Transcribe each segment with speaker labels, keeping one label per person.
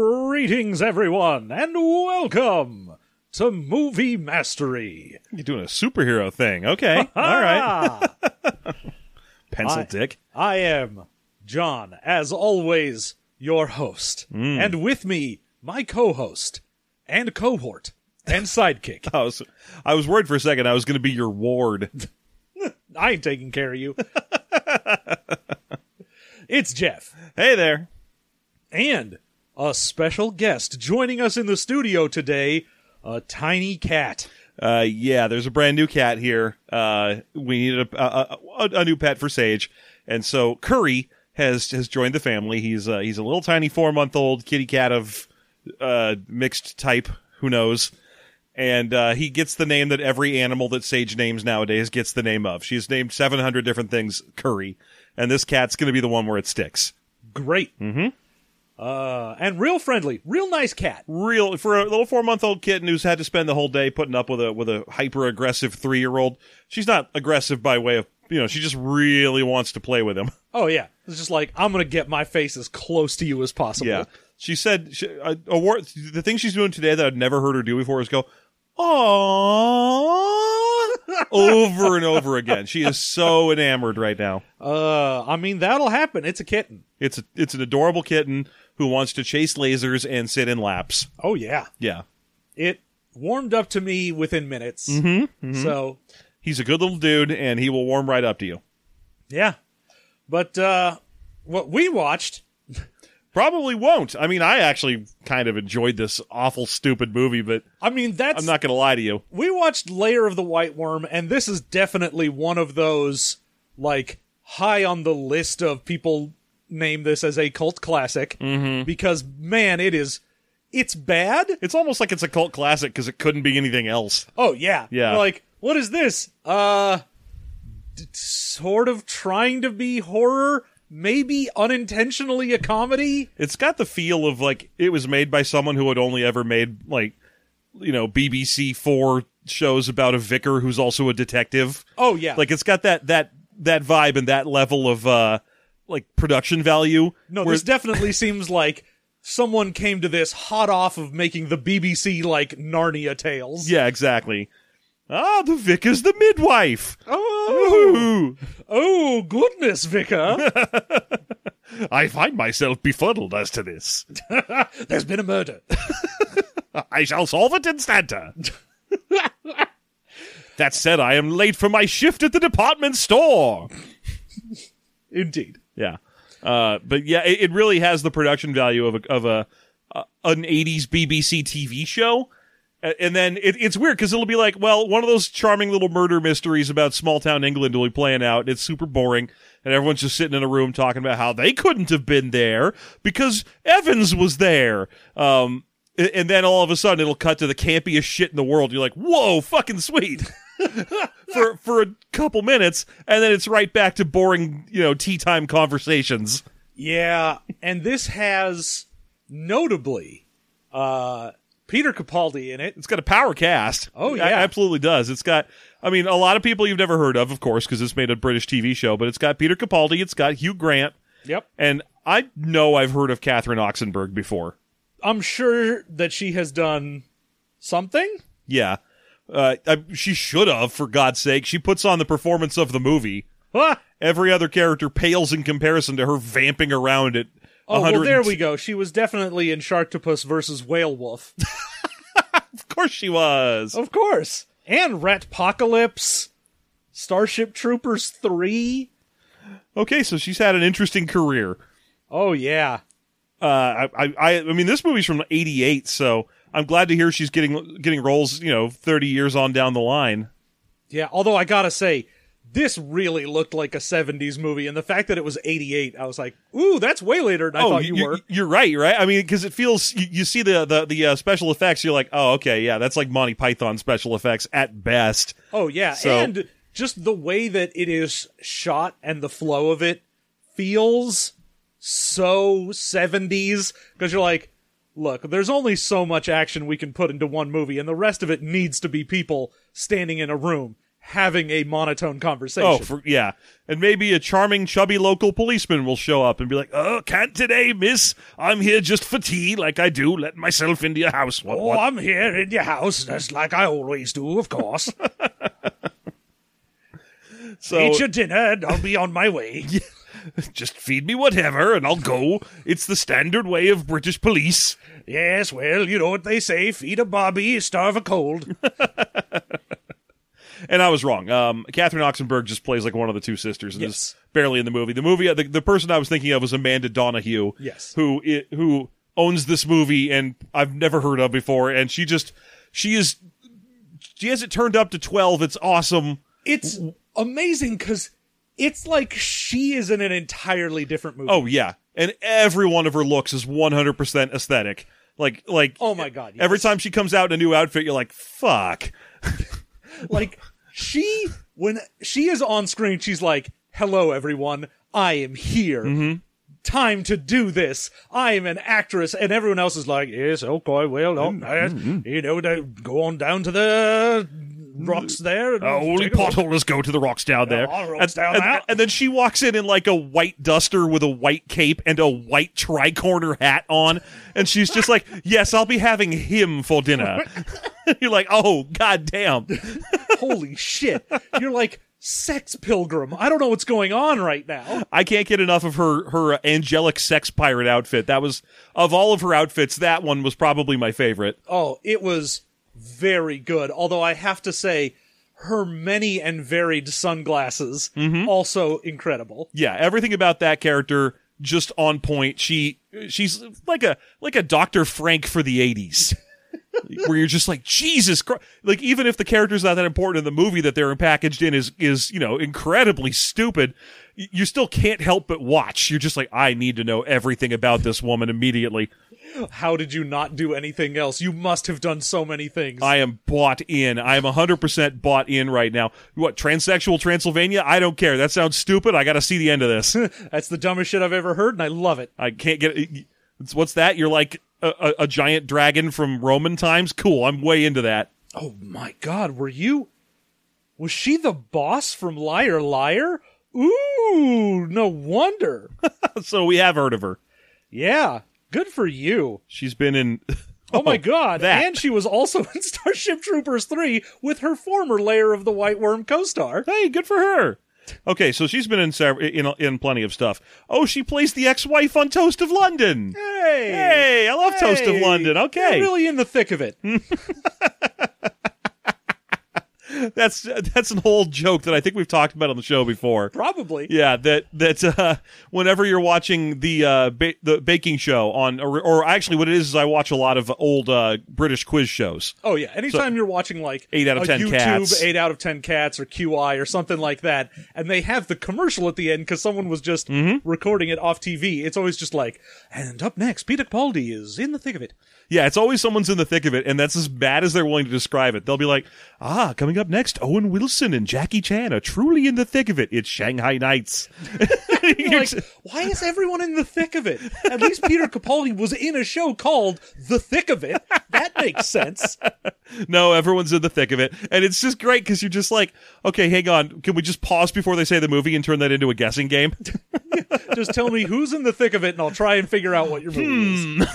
Speaker 1: Greetings, everyone, and welcome to Movie Mastery.
Speaker 2: You're doing a superhero thing. Okay. All right.
Speaker 1: Ah,
Speaker 2: Pencil
Speaker 1: I-
Speaker 2: dick.
Speaker 1: I am John, as always, your host.
Speaker 2: Mm.
Speaker 1: And with me, my co host, and cohort, and sidekick.
Speaker 2: I was, I was worried for a second. I was going to be your ward.
Speaker 1: I ain't taking care of you. it's Jeff.
Speaker 2: Hey there.
Speaker 1: And a special guest joining us in the studio today, a tiny cat.
Speaker 2: Uh, yeah, there's a brand new cat here. Uh, we needed a, a, a, a new pet for Sage, and so Curry has has joined the family. He's uh, he's a little tiny four month old kitty cat of uh, mixed type. Who knows? And uh, he gets the name that every animal that Sage names nowadays gets the name of. She's named 700 different things Curry, and this cat's going to be the one where it sticks.
Speaker 1: Great. Mm hmm.
Speaker 2: Mm-hmm.
Speaker 1: Uh, and real friendly, real nice cat.
Speaker 2: real for a little four month old kitten who's had to spend the whole day putting up with a with a hyper aggressive three year old. She's not aggressive by way of you know she just really wants to play with him.
Speaker 1: Oh yeah, it's just like I'm gonna get my face as close to you as possible.
Speaker 2: Yeah, she said she, a, a war, the thing she's doing today that I'd never heard her do before is go aww over and over again. She is so enamored right now.
Speaker 1: Uh, I mean that'll happen. It's a kitten.
Speaker 2: It's a, it's an adorable kitten who wants to chase lasers and sit in laps.
Speaker 1: Oh yeah,
Speaker 2: Yeah.
Speaker 1: it warmed up to me within minutes.
Speaker 2: Mm-hmm.
Speaker 1: So
Speaker 2: He's a good little dude and he will warm right up to you.
Speaker 1: yeah, but uh, what we watched,
Speaker 2: Probably won't. I mean, I actually kind of enjoyed this awful, stupid movie, but
Speaker 1: I mean that's
Speaker 2: I'm not going to lie to you.
Speaker 1: we watched Layer of the White Worm, and this is definitely one of those like high on the list of people name this as a cult classic
Speaker 2: Mm-hmm.
Speaker 1: because man, it is. It's bad.
Speaker 2: It's almost like it's a cult classic because it couldn't be anything else.
Speaker 1: Oh yeah,
Speaker 2: Yeah.
Speaker 1: They're like, what is this? Uh, d- sort of trying to be horror, maybe unintentionally a comedy.
Speaker 2: It's got the feel of like it was made by someone who had only ever made like, you know, BBC four shows about a vicar who's also a detective.
Speaker 1: Oh yeah,
Speaker 2: Like it's got that that that vibe and that level of uh like production value.
Speaker 1: no,
Speaker 2: where-
Speaker 1: this definitely seems like someone came to this hot off of making the BBC like Narnia tales.
Speaker 2: yeah, exactly. Ah, the vicar's the midwife.
Speaker 1: Oh,
Speaker 2: Ooh.
Speaker 1: oh goodness, Vicar,
Speaker 2: I find myself befuddled as to this.
Speaker 1: there's been a murder.
Speaker 2: I shall solve it instanta. that said, I am late for my shift at the department store.
Speaker 1: Indeed.
Speaker 2: Yeah, uh, but yeah, it, it really has the production value of a, of a uh, an '80s BBC TV show. A- And then it, it's weird because it'll be like, well, one of those charming little murder mysteries about small town England will be playing out. and It's super boring, and everyone's just sitting in a room talking about how they couldn't have been there because Evans was there. Um, a- and then all of a sudden, it'll cut to the campiest shit in the world. You're like, whoa, fucking sweet for for a couple minutes, and then it's right back to boring, you know, tea time conversations.
Speaker 1: Yeah, and this has notably uh Peter Capaldi in it.
Speaker 2: It's got a power cast.
Speaker 1: Oh,
Speaker 2: It
Speaker 1: yeah.
Speaker 2: absolutely does. It's got, I mean, a lot of people you've never heard of, of course, because it's made a British TV show. But it's got Peter Capaldi. It's got Hugh Grant,
Speaker 1: Yep.
Speaker 2: and I know I've heard of Catherine Oxenberg before.
Speaker 1: I'm sure that she has done something.
Speaker 2: Yeah, uh, I, she should have, for God's sake. She puts on the performance of the movie.
Speaker 1: Ah!
Speaker 2: Every other character pales in comparison to her vamping around at.
Speaker 1: Oh, well,
Speaker 2: 100
Speaker 1: there we go. She was definitely in Sharktopus versus Whale Wolf.
Speaker 2: Of course she was.
Speaker 1: of course. And Ratpocalypse, Starship Troopers 3.
Speaker 2: Okay, so she's had an interesting career.
Speaker 1: Oh, yeah.
Speaker 2: uh, I, I, I mean, this movie's from '88, so I'm glad to hear she's getting getting roles. You know, 30 years on down the line.
Speaker 1: Yeah, although I gotta say, this really looked like a 70s movie, and the fact that it was 88, I was like, ooh, that's way later than I thought you
Speaker 2: you're,
Speaker 1: were.
Speaker 2: Oh, You're right. You're right. I mean, because it feels you, you see the the the uh, special effects. You're like, oh, okay, yeah, that's like Monty Python special effects at best.
Speaker 1: Oh yeah,
Speaker 2: So-
Speaker 1: and just the way that it is shot and the flow of it feels so 70s because you're like, look, there's only so much action we can put into one movie and the rest of it needs to be people standing in a room having a monotone conversation.
Speaker 2: Oh, for, yeah. And maybe a charming, chubby local policeman will show up and be like, "Oh, can't today, miss. I'm here just for tea, like I do, letting myself into your house. What?
Speaker 1: Oh,
Speaker 2: what?
Speaker 1: I'm here in your house, just like I always do, of course.
Speaker 2: So
Speaker 1: Eat your dinner, and I'll be on my way.
Speaker 2: just feed me whatever, and I'll go. It's the standard way of British police.
Speaker 1: Yes, well, you know what they say: feed a bobby, starve a cold.
Speaker 2: And I was wrong. Um, Catherine Oxenberg just plays like one of the two sisters and
Speaker 1: Yes.
Speaker 2: is barely in the movie. The movie, uh, the, the person I was thinking of was Amanda Donahue.
Speaker 1: Yes.
Speaker 2: Who, i who owns this movie and I've never heard of before. And she just, she is, she has it turned up to 12. It's awesome.
Speaker 1: It's amazing because it's like she is in an entirely different movie.
Speaker 2: Oh yeah. And every one of her looks is 100% aesthetic. Like, like,
Speaker 1: Oh my God, yes.
Speaker 2: Every time she comes out in a new outfit, you're like, fuck.
Speaker 1: like she when she is on screen, she's like, "Hello, everyone, I am here." Time to do this. I am an actress, and everyone else is like, "Yes, okay, well, all right. you know, they go on down to the rocks there." and
Speaker 2: Uh, only
Speaker 1: take a look."
Speaker 2: potholders go to the rocks down there.
Speaker 1: all rocks
Speaker 2: and,
Speaker 1: down
Speaker 2: and-
Speaker 1: there.
Speaker 2: and then she walks in in like a white duster with a white cape and a white tricorner hat on, and she's just like, "Yes, I'll be having him for dinner." You're like, "Oh, goddamn!"
Speaker 1: Holy shit! You're like sex pilgrim. I don't know what's going on right now.
Speaker 2: I can't get enough of her her angelic sex pirate outfit. That was of all of her outfits, that one was probably my favorite.
Speaker 1: Oh, it was very good. Although I have to say, her many and varied sunglasses also incredible.
Speaker 2: yeah, everything about that character just on point. She she's like a like a Dr. Frank for the 80s. where you're just like Jesus Christ. Like even if the character's not that important in the movie that they're packaged in is is, you know, incredibly stupid, y- you still can't help but watch. You're just like I need to know everything about this woman immediately.
Speaker 1: How did you not do anything else? You must have done so many things.
Speaker 2: I am bought in. I am 100% bought in right now. What, transsexual Transylvania? I don't care. That sounds stupid. I got to see the end of this.
Speaker 1: That's the dumbest shit I've ever heard, and I love it.
Speaker 2: I can't get. It's, what's that? You're like a, a, a giant dragon from Roman times. Cool. I'm way into that.
Speaker 1: Oh my god, were you. Was she the boss from Liar Liar? Ooh, no wonder.
Speaker 2: so we have heard of her.
Speaker 1: yeah, good for you.
Speaker 2: She's been in.
Speaker 1: Oh, my god.
Speaker 2: that.
Speaker 1: And she was also in Starship Troopers 3 with her former Layer of the White Worm co star.
Speaker 2: Hey, good for her. Okay, so she's been in several, in in plenty of stuff. Oh, she plays the ex-wife on Toast of London.
Speaker 1: Hey!
Speaker 2: Hey, I love Toast of
Speaker 1: Hey!
Speaker 2: London. Okay, Hmm.
Speaker 1: You're really in the thick of it.
Speaker 2: that's that's an old joke that I think we've talked about on the show before.
Speaker 1: Probably.
Speaker 2: Yeah, that that uh, whenever you're watching the uh, ba- the baking show on, or, or actually, what it is is I watch a lot of old uh, British quiz shows.
Speaker 1: Oh yeah. Anytime you're watching like
Speaker 2: Eight out of
Speaker 1: a
Speaker 2: 10
Speaker 1: YouTube
Speaker 2: cats.
Speaker 1: eight out of ten cats or QI or something like that, and they have the commercial at the end because someone was just
Speaker 2: Mm-hmm.
Speaker 1: recording it off TV. It's always just like, and up next, Peter Capaldi is in the thick of it.
Speaker 2: Yeah, it's always someone's in the thick of it, and that's as bad as they're willing to describe it. They'll be like, "Ah, coming up next, Owen Wilson and Jackie Chan are truly in the thick of it. It's Shanghai Nights."
Speaker 1: You're like, why is everyone in the thick of it? At least Peter Capaldi was in a show called The Thick of It. That makes sense.
Speaker 2: no, everyone's in the thick of it, and it's just great because you're just like, "Okay, hang on, can we just pause before they say the movie and turn that into a guessing game?"
Speaker 1: Just tell me who's in the thick of it, and I'll try and figure out what your movie is.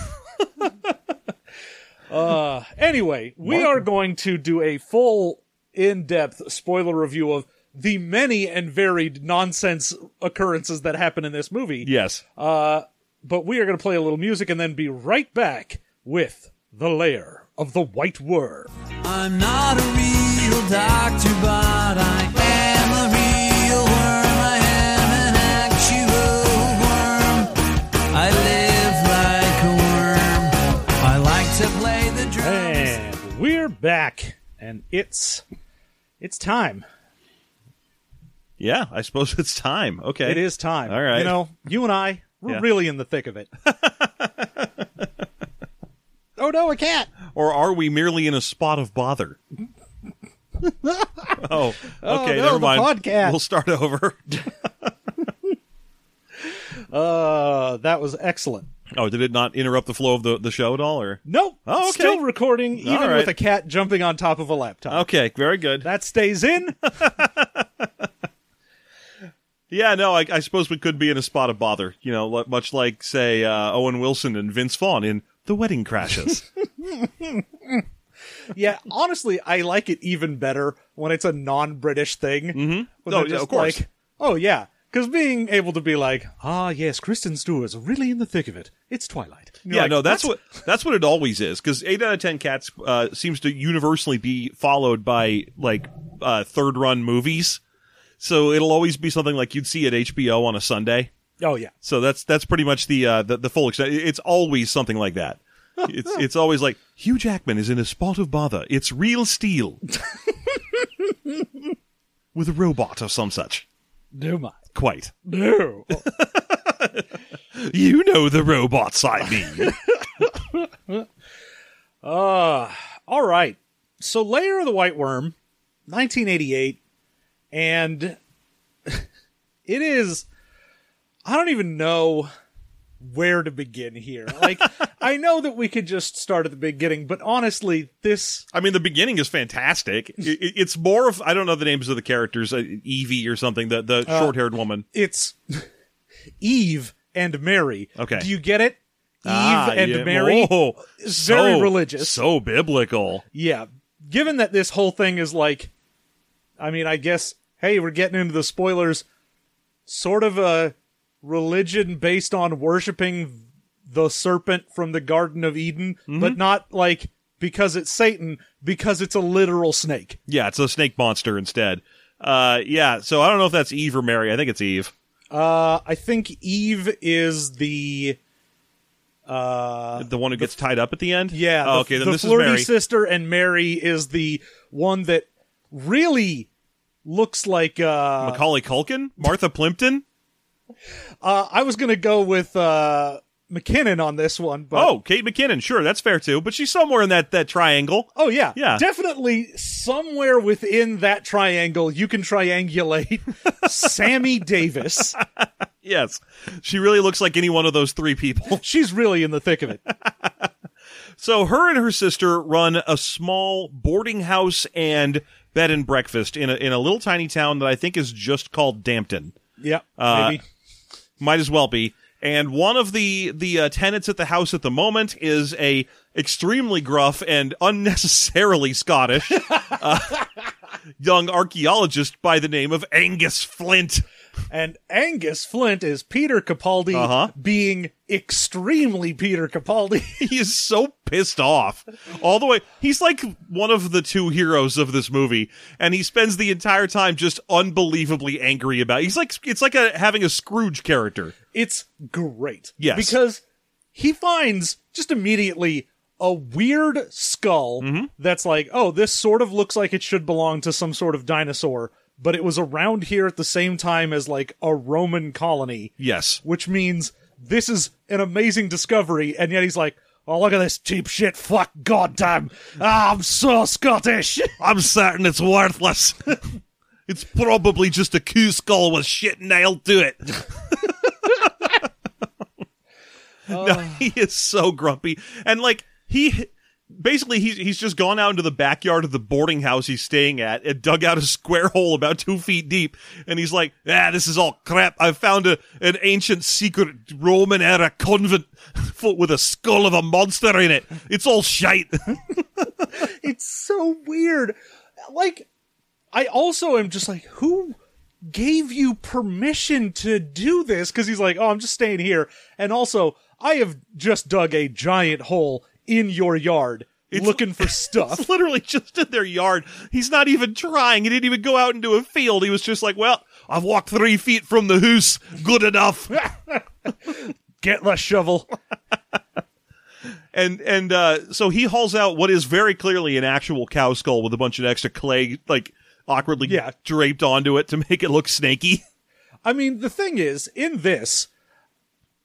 Speaker 1: uh, anyway, we are going to do a full, in-depth spoiler review of the many and varied nonsense occurrences that happen in this movie.
Speaker 2: yes,
Speaker 1: But we are going to play a little music and then be right back with the lair of the white worm.
Speaker 3: I'm not a real doctor, but I am a real worm. I am an actual worm. I live like a worm. I like to play the drums.
Speaker 1: And we're back, and it's it's time.
Speaker 2: yeah, I suppose it's time. Okay,
Speaker 1: It is time.
Speaker 2: All right.
Speaker 1: You know, you and I, we're
Speaker 2: Yeah.
Speaker 1: really in the thick of it. oh no, a cat.
Speaker 2: or are we merely in a spot of bother? oh, okay,
Speaker 1: no,
Speaker 2: never
Speaker 1: the
Speaker 2: mind.
Speaker 1: podcast.
Speaker 2: We'll start over.
Speaker 1: Uh that was excellent.
Speaker 2: Oh, did it not interrupt the flow of the, the show at all? Or
Speaker 1: Nope.
Speaker 2: Oh, okay.
Speaker 1: Still recording,
Speaker 2: All
Speaker 1: even
Speaker 2: right. Oh.
Speaker 1: with a cat jumping on top of a laptop.
Speaker 2: okay, very good.
Speaker 1: That stays in.
Speaker 2: Yeah, no, I, I suppose we could be in a spot of bother. You know, li- much like say uh, Owen Wilson and Vince Vaughn in The Wedding Crashes.
Speaker 1: yeah, honestly, I like it even better when it's a non-British thing. Mm-hmm.
Speaker 2: Oh, yeah, of course.
Speaker 1: Like, oh yeah, because being able to be like, ah, yes, Kristen Stewart's really in the thick of it. It's Twilight. And you're
Speaker 2: yeah,
Speaker 1: like,
Speaker 2: no, that's what that's what it always is. Because eight out of ten cats uh, seems to universally be followed by like uh, third run movies. So it'll always be something like you'd see at HBO on a Sunday.
Speaker 1: Oh yeah.
Speaker 2: So that's that's pretty much the uh, the, the full extent. It's always something like that. It's it's always like Hugh Jackman is in a spot of bother. It's real steel with a robot or some such.
Speaker 1: No, my.
Speaker 2: Quite.
Speaker 1: No.
Speaker 2: You know the robots I mean.
Speaker 1: All right. So, Layer of the White Worm, 1988, and it is. I don't even know where to begin here. Like, I know that we could just start at the beginning, but honestly, this.
Speaker 2: I mean, the beginning is fantastic. I- I- it's more of I don't know the names of the characters, uh, Evie or something. The the
Speaker 1: Uh,
Speaker 2: short haired woman.
Speaker 1: It's Eve and Mary.
Speaker 2: Okay.
Speaker 1: Do you get it? Eve
Speaker 2: Ah,
Speaker 1: and
Speaker 2: yeah.
Speaker 1: Mary.
Speaker 2: Whoa.
Speaker 1: is very
Speaker 2: So-
Speaker 1: religious.
Speaker 2: so biblical.
Speaker 1: yeah given that this whole thing is like i mean i guess hey we're getting into the spoilers sort of a religion based on worshiping the serpent from the garden of eden
Speaker 2: Mm-hmm.
Speaker 1: but not like because it's satan because it's a literal snake
Speaker 2: Yeah, it's a snake monster instead. Uh, yeah. So I don't know if that's Eve or Mary. I think it's Eve.
Speaker 1: uh, i think eve is the
Speaker 2: the one who gets tied up at the end.
Speaker 1: Uh, yeah
Speaker 2: Oh,
Speaker 1: the-
Speaker 2: okay.
Speaker 1: the,
Speaker 2: Then this is
Speaker 1: flirty
Speaker 2: Mary.
Speaker 1: sister and mary is the one that really looks like uh
Speaker 2: Macaulay Culkin, Martha Plimpton.
Speaker 1: Uh, I was gonna go with uh, McKinnon on this one, but
Speaker 2: Oh, Kate McKinnon. Sure, that's fair too. But she's somewhere in that that triangle.
Speaker 1: Oh, yeah,
Speaker 2: Yeah.
Speaker 1: definitely somewhere within that triangle you can triangulate Sammy Davis.
Speaker 2: Yes, she really looks like any one of those three people.
Speaker 1: She's really in the thick of it.
Speaker 2: So her and her sister run a small boarding house and bed and breakfast in a in a little tiny town that I think is just called Dampton.
Speaker 1: Yeah,
Speaker 2: Uh,
Speaker 1: maybe.
Speaker 2: Might as well be. And one of the the uh, tenants at the house at the moment is a extremely gruff and unnecessarily Scottish uh, young archaeologist by the name of Angus Flint.
Speaker 1: And Angus Flint is Peter Capaldi
Speaker 2: Uh-huh.
Speaker 1: being extremely Peter Capaldi.
Speaker 2: He is so pissed off all the way. He's like one of the two heroes of this movie, and he spends the entire time just unbelievably angry about. He's like it's like a having a Scrooge character.
Speaker 1: It's great.
Speaker 2: Yes.
Speaker 1: Because he finds just immediately a weird skull
Speaker 2: Mm-hmm.
Speaker 1: that's like, oh, this sort of looks like it should belong to some sort of dinosaur, but it was around here at the same time as like a Roman colony,
Speaker 2: Yes.
Speaker 1: which means this is an amazing discovery. And yet he's like, oh, look at this cheap shit. Fuck, goddamn. Ah, I'm so Scottish.
Speaker 2: I'm certain it's worthless. it's probably just a coup skull with shit nailed to it. no, he is so grumpy. And like he basically he's he's just gone out into the backyard of the boarding house he's staying at and dug out a square hole about two feet deep and he's like, Ah, this is all crap. I found a an ancient secret Roman era convent full with a skull of a monster in it. It's all shite.
Speaker 1: it's so weird. Like, I also am just like, who gave you permission to do this? Because he's like, oh, I'm just staying here. And also, I have just dug a giant hole in your yard looking for stuff.
Speaker 2: It's literally just in their yard. He's not even trying. He didn't even go out into a field. He was just like, well, I've walked three feet from the hoose. Good enough.
Speaker 1: Get the shovel.
Speaker 2: and and uh, so he hauls out what is very clearly an actual cow skull with a bunch of extra clay, like awkwardly
Speaker 1: Yeah.
Speaker 2: draped onto it to make it look snaky.
Speaker 1: I mean, the thing is, in this,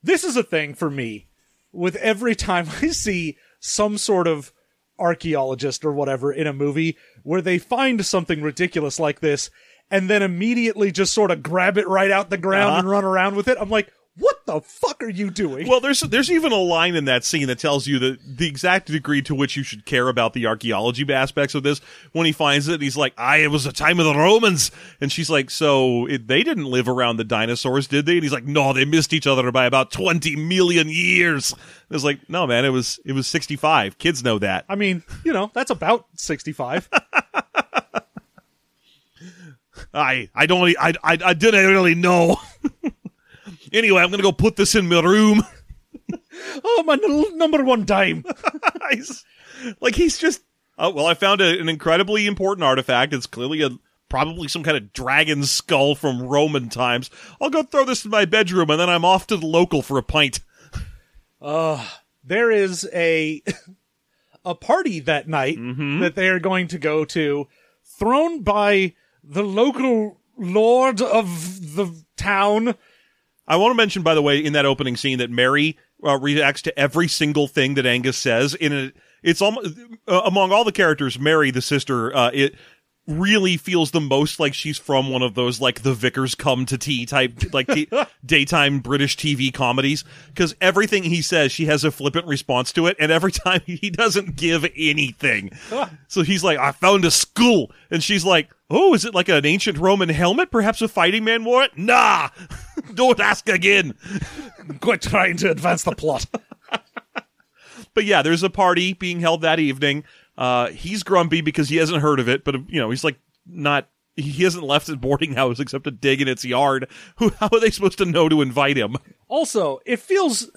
Speaker 1: this is a thing for me with every time I see some sort of archaeologist or whatever in a movie where they find something ridiculous like this and then immediately just sort of grab it right out the ground and run around with it. I'm like, what the fuck are you doing?
Speaker 2: Well, there's there's even a line in that scene that tells you the the exact degree to which you should care about the archaeology aspects of this. When he finds it, and he's like, "I it was the time of the Romans," and she's like, "So it, they didn't live around the dinosaurs, did they?" And he's like, "No, they missed each other by about twenty million years." And it's like, "No, man, it was it was sixty five. Kids know that."
Speaker 1: I mean, you know, that's about 65.
Speaker 2: I I don't I I, I didn't really know. anyway, I'm gonna go put this in my room.
Speaker 1: oh, my little number one dime.
Speaker 2: He's- like he's just oh well, I found a, an incredibly important artifact. It's clearly a probably some kind of dragon skull from Roman times. I'll go throw this in my bedroom and then I'm off to the local for a pint.
Speaker 1: there is a a party that night
Speaker 2: Mm-hmm.
Speaker 1: that they are going to go to, thrown by the local lord of the town.
Speaker 2: I want to mention, by the way, in that opening scene that Mary uh, reacts to every single thing that Angus says. In a, it's almost uh, among all the characters, Mary, the sister, uh, it really feels the most like she's from one of those like the vicars come to tea type like t- daytime british tv comedies because everything he says she has a flippant response to it and every time he doesn't give anything so he's like i found a skull and she's like oh is it like an ancient roman helmet perhaps a fighting man wore it nah don't ask again
Speaker 1: Quit trying to advance the plot.
Speaker 2: but yeah, there's a party being held that evening. Uh, he's grumpy because he hasn't heard of it, but you know, he's like not. He hasn't left his boarding house except to dig in its yard. Who? How are they supposed to know to invite him?
Speaker 1: also, it feels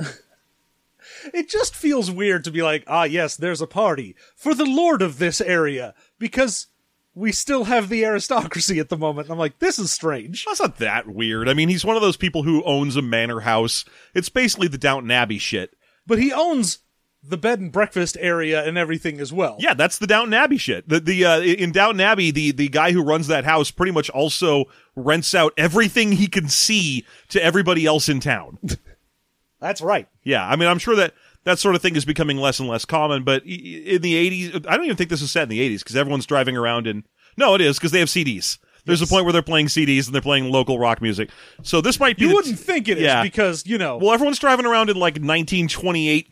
Speaker 1: it just feels weird to be like, ah yes, there's a party for the lord of this area because we still have the aristocracy at the moment. And I'm like, this is strange.
Speaker 2: That's not that weird. I mean, he's one of those people who owns a manor house. It's basically the Downton Abbey shit.
Speaker 1: But he owns the bed and breakfast area and everything as well.
Speaker 2: Yeah, that's the Downton Abbey shit. The the uh, in Downton Abbey, the the guy who runs that house pretty much also rents out everything he can see to everybody else in town.
Speaker 1: That's right.
Speaker 2: Yeah, I mean, I'm sure that that sort of thing is becoming less and less common. But i- i- in the 80s, I don't even think this was set in the 80s because everyone's driving around and no, it is because they have CDs. There's a point where they're playing CDs and they're playing local rock music. So this might be
Speaker 1: You
Speaker 2: the-
Speaker 1: wouldn't think it is
Speaker 2: Yeah.
Speaker 1: because, you know,
Speaker 2: well, everyone's driving around in like 1928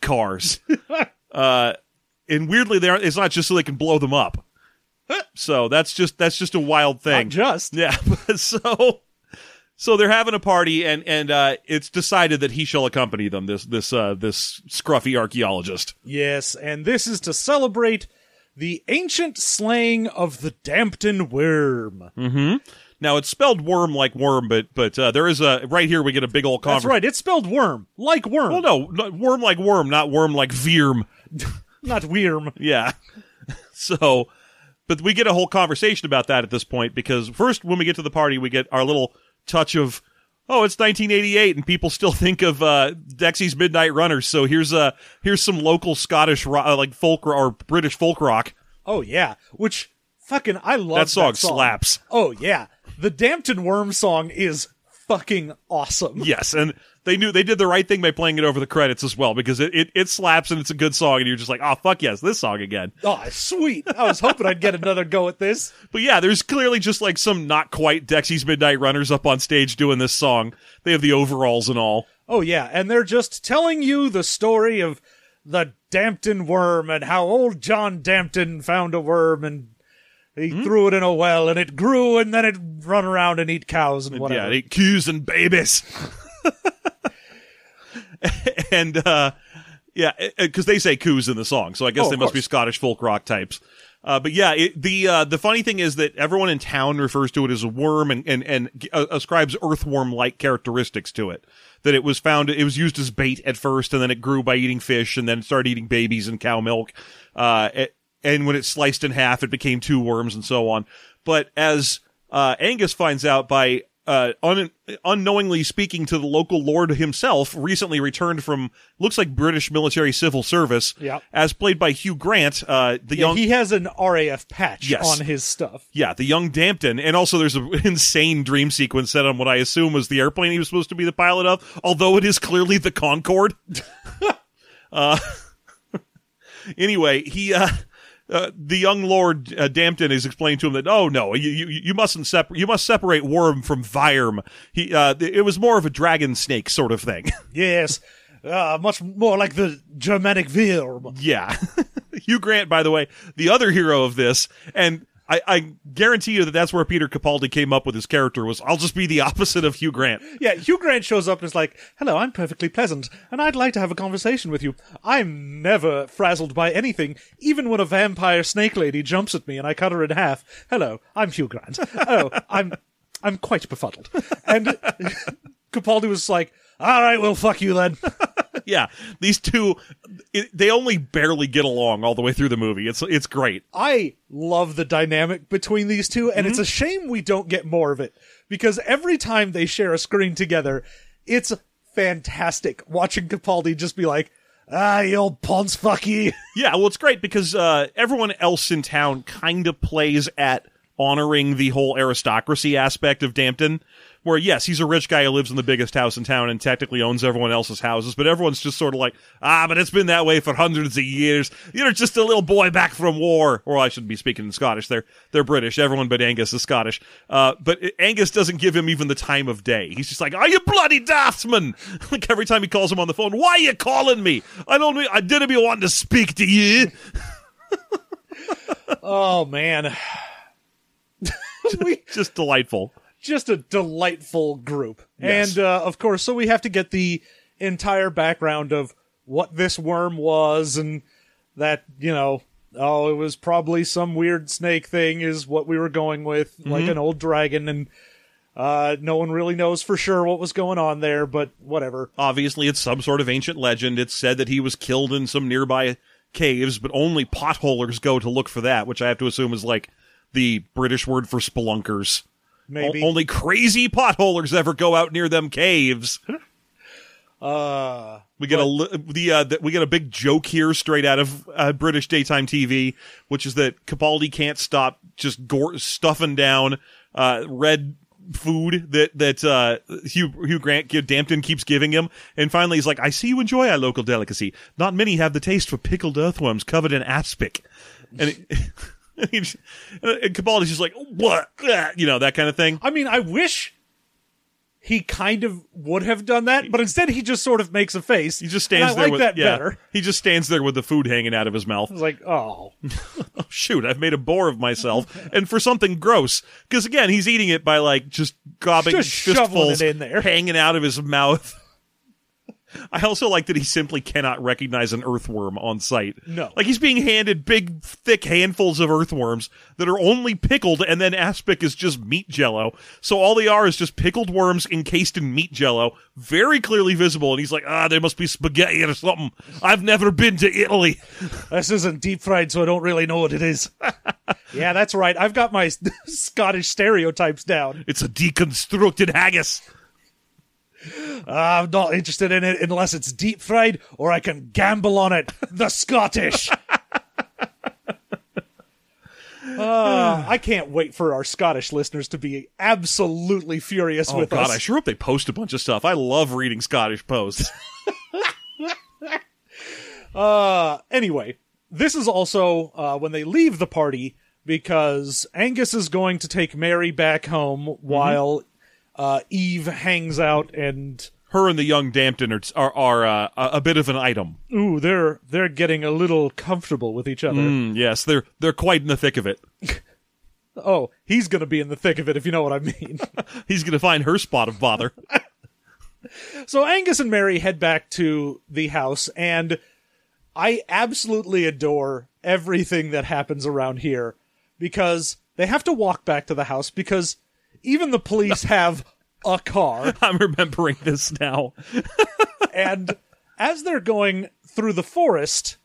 Speaker 2: cars, uh, and weirdly, they aren't, it's not just so they can blow them up. So that's just that's just a wild
Speaker 1: not
Speaker 2: thing.
Speaker 1: just.
Speaker 2: Yeah. so so they're having a party and and uh it's decided that he shall accompany them this this uh this scruffy archaeologist.
Speaker 1: Yes, and this is to celebrate the ancient slaying of the Dampton worm.
Speaker 2: Now it's spelled worm like worm but but uh, there is a right here we get a big old
Speaker 1: That's
Speaker 2: conversation.
Speaker 1: right, it's spelled worm, like worm,
Speaker 2: Well no, no, worm like worm not worm like virm.
Speaker 1: not worm.
Speaker 2: Yeah. so, but we get a whole conversation about that at this point because first, when we get to the party, we get our little touch of, oh, it's 1988 and people still think of uh, Dexy's Midnight Runners. So here's uh, here's some local Scottish ro- uh, like folk ro- or British folk rock.
Speaker 1: Oh yeah, which fucking I love
Speaker 2: That song slaps.
Speaker 1: Oh yeah, the Dampton worm song is fucking awesome.
Speaker 2: Yes, and they knew they did the right thing by playing it over the credits as well because it it, it slaps and it's a good song and you're just like, oh fuck yes, this song again.
Speaker 1: Oh sweet, I was hoping I'd get another go at this.
Speaker 2: But yeah, there's clearly just like some not quite Dexy's Midnight Runners up on stage doing this song. They have the overalls and all.
Speaker 1: Oh yeah, and they're just telling you the story of the Dampton worm and how old John Dampton found a worm and he
Speaker 2: Hmm?
Speaker 1: threw it in a well and it grew and then it run around and eat cows and whatever.
Speaker 2: Yeah, they cues and babies. and uh yeah, because they say coos in the song, so I guess
Speaker 1: Oh,
Speaker 2: they
Speaker 1: of
Speaker 2: must be
Speaker 1: course.
Speaker 2: Scottish folk rock types. Uh, but yeah, it, the uh, the funny thing is that everyone in town refers to it as a worm and and, and g- uh, ascribes earthworm like characteristics to it. That it was found, it was used as bait at first, and then it grew by eating fish, and then it started eating babies and cow milk. Uh, it- and when it sliced in half, it became two worms, and so on. But as uh, Angus finds out by uh, un- unknowingly speaking to the local lord himself, recently returned from looks like British military civil service,
Speaker 1: Yeah.
Speaker 2: as played by Hugh Grant, uh, the
Speaker 1: Yeah,
Speaker 2: young
Speaker 1: he has an RAF patch
Speaker 2: Yes.
Speaker 1: on his stuff.
Speaker 2: yeah, the young Dampton, and also there's an insane dream sequence set on what I assume was the airplane he was supposed to be the pilot of, although it is clearly the Concorde. uh, anyway, he uh, uh, the young Lord uh, Dampton is explaining to him that oh no, you you, you mustn't separate you must separate worm from virem. He uh, th- it was more of a dragon snake sort of thing.
Speaker 1: Yes, uh, much more like the Germanic Virm.
Speaker 2: Yeah. Hugh Grant, by the way, the other hero of this, and I, I guarantee you that that's where Peter Capaldi came up with his character was I'll just be the opposite of Hugh Grant.
Speaker 1: Yeah, Hugh Grant shows up and is like, "Hello, I'm perfectly pleasant, and I'd like to have a conversation with you. I'm never frazzled by anything, even when a vampire snake lady jumps at me and I cut her in half. Hello, I'm Hugh Grant. Oh, I'm, I'm quite befuddled." And Capaldi was like, "All right, well, fuck you then."
Speaker 2: yeah, these two, it, they only barely get along all the way through the movie. It's it's great.
Speaker 1: I love the dynamic between these two, and it's a shame we don't get more of it because every time they share a screen together, it's fantastic watching Capaldi just be like, ah, you old Ponce fucky.
Speaker 2: Yeah, well, it's great because uh, everyone else in town kind of plays at honoring the whole aristocracy aspect of Dampton. Where yes, he's a rich guy who lives in the biggest house in town and technically owns everyone else's houses, but everyone's just sort of like, ah, but it's been that way for hundreds of years. You're just a little boy back from war. Or I shouldn't be speaking in Scottish. They're they're British. Everyone but Angus is Scottish. Uh, but Angus doesn't give him even the time of day. He's just like, are you bloody daftman? like every time he calls him on the phone, why are you calling me? I don't. I didn't be wanting to speak to you.
Speaker 1: oh man, we
Speaker 2: just delightful.
Speaker 1: just a delightful group,
Speaker 2: Yes.
Speaker 1: and uh, of course, so we have to get the entire background of what this worm was and that you know. Oh, it was probably some weird snake thing, is what we were going with,
Speaker 2: Mm-hmm.
Speaker 1: like an old dragon, and uh, no one really knows for sure what was going on there, but whatever.
Speaker 2: Obviously, it's some sort of ancient legend. It's said that he was killed in some nearby caves, but only potholers go to look for that, which I have to assume is like the British word for spelunkers. O-
Speaker 1: Maybe.
Speaker 2: only crazy potholers ever go out near them caves.
Speaker 1: Uh,
Speaker 2: We get a li- the, uh, the we get a big joke here straight out of uh, British daytime TV, which is that Capaldi can't stop just gore- stuffing down uh, red food that that uh, Hugh Hugh Grant give, Dampton keeps giving him, and finally he's like, "I see you enjoy our local delicacy. Not many have the taste for pickled earthworms covered in aspic." And, it, and, he just- and Capaldi's just like, "What?" Ah," You know that kind of thing.
Speaker 1: I mean, I wish he kind of would have done that, but instead he just sort of makes a face.
Speaker 2: He just
Speaker 1: and
Speaker 2: stands
Speaker 1: I
Speaker 2: there
Speaker 1: like
Speaker 2: with
Speaker 1: that
Speaker 2: yeah,
Speaker 1: better.
Speaker 2: He just stands there with the food hanging out of his mouth.
Speaker 1: I was like, oh,
Speaker 2: shoot, I've made a bore of myself, and for something gross. Because again, he's eating it by like just gobbing
Speaker 1: Just shoveling
Speaker 2: fistfuls
Speaker 1: it in there.
Speaker 2: hanging out of his mouth. I also like that he simply cannot recognize an earthworm on sight.
Speaker 1: No.
Speaker 2: like he's being handed big, thick handfuls of earthworms that are only pickled, and then aspic is just meat jello. So all they are is just pickled worms encased in meat jello, very clearly visible. And he's like, "Ah, they must be spaghetti or something." I've never been to Italy.
Speaker 1: this isn't deep fried, so I don't really know what it is. yeah, that's right. I've got my Scottish stereotypes down.
Speaker 2: It's a deconstructed haggis.
Speaker 1: I'm not interested in it unless it's deep fried, or I can gamble on it. The Scottish. Ah, I can't wait for our Scottish listeners to be absolutely furious
Speaker 2: Oh
Speaker 1: with
Speaker 2: God,
Speaker 1: us.
Speaker 2: I sure hope they post a bunch of stuff. I love reading Scottish posts.
Speaker 1: Uh, anyway, this is also uh, when they leave the party because Angus is going to take Mary back home while uh, Eve hangs out and
Speaker 2: Her and the young Dampton are are, are uh, a a bit of an item.
Speaker 1: ooh, they're they're getting a little comfortable with each other.
Speaker 2: Mm, yes, they're they're quite in the thick of it.
Speaker 1: Oh, he's going to be in the thick of it if you know what I mean.
Speaker 2: He's going to find her spot of bother.
Speaker 1: so Angus and Mary head back to the house and I absolutely adore everything that happens around here because they have to walk back to the house because even the police have a car.
Speaker 2: I'm remembering this now.
Speaker 1: and as they're going through the forest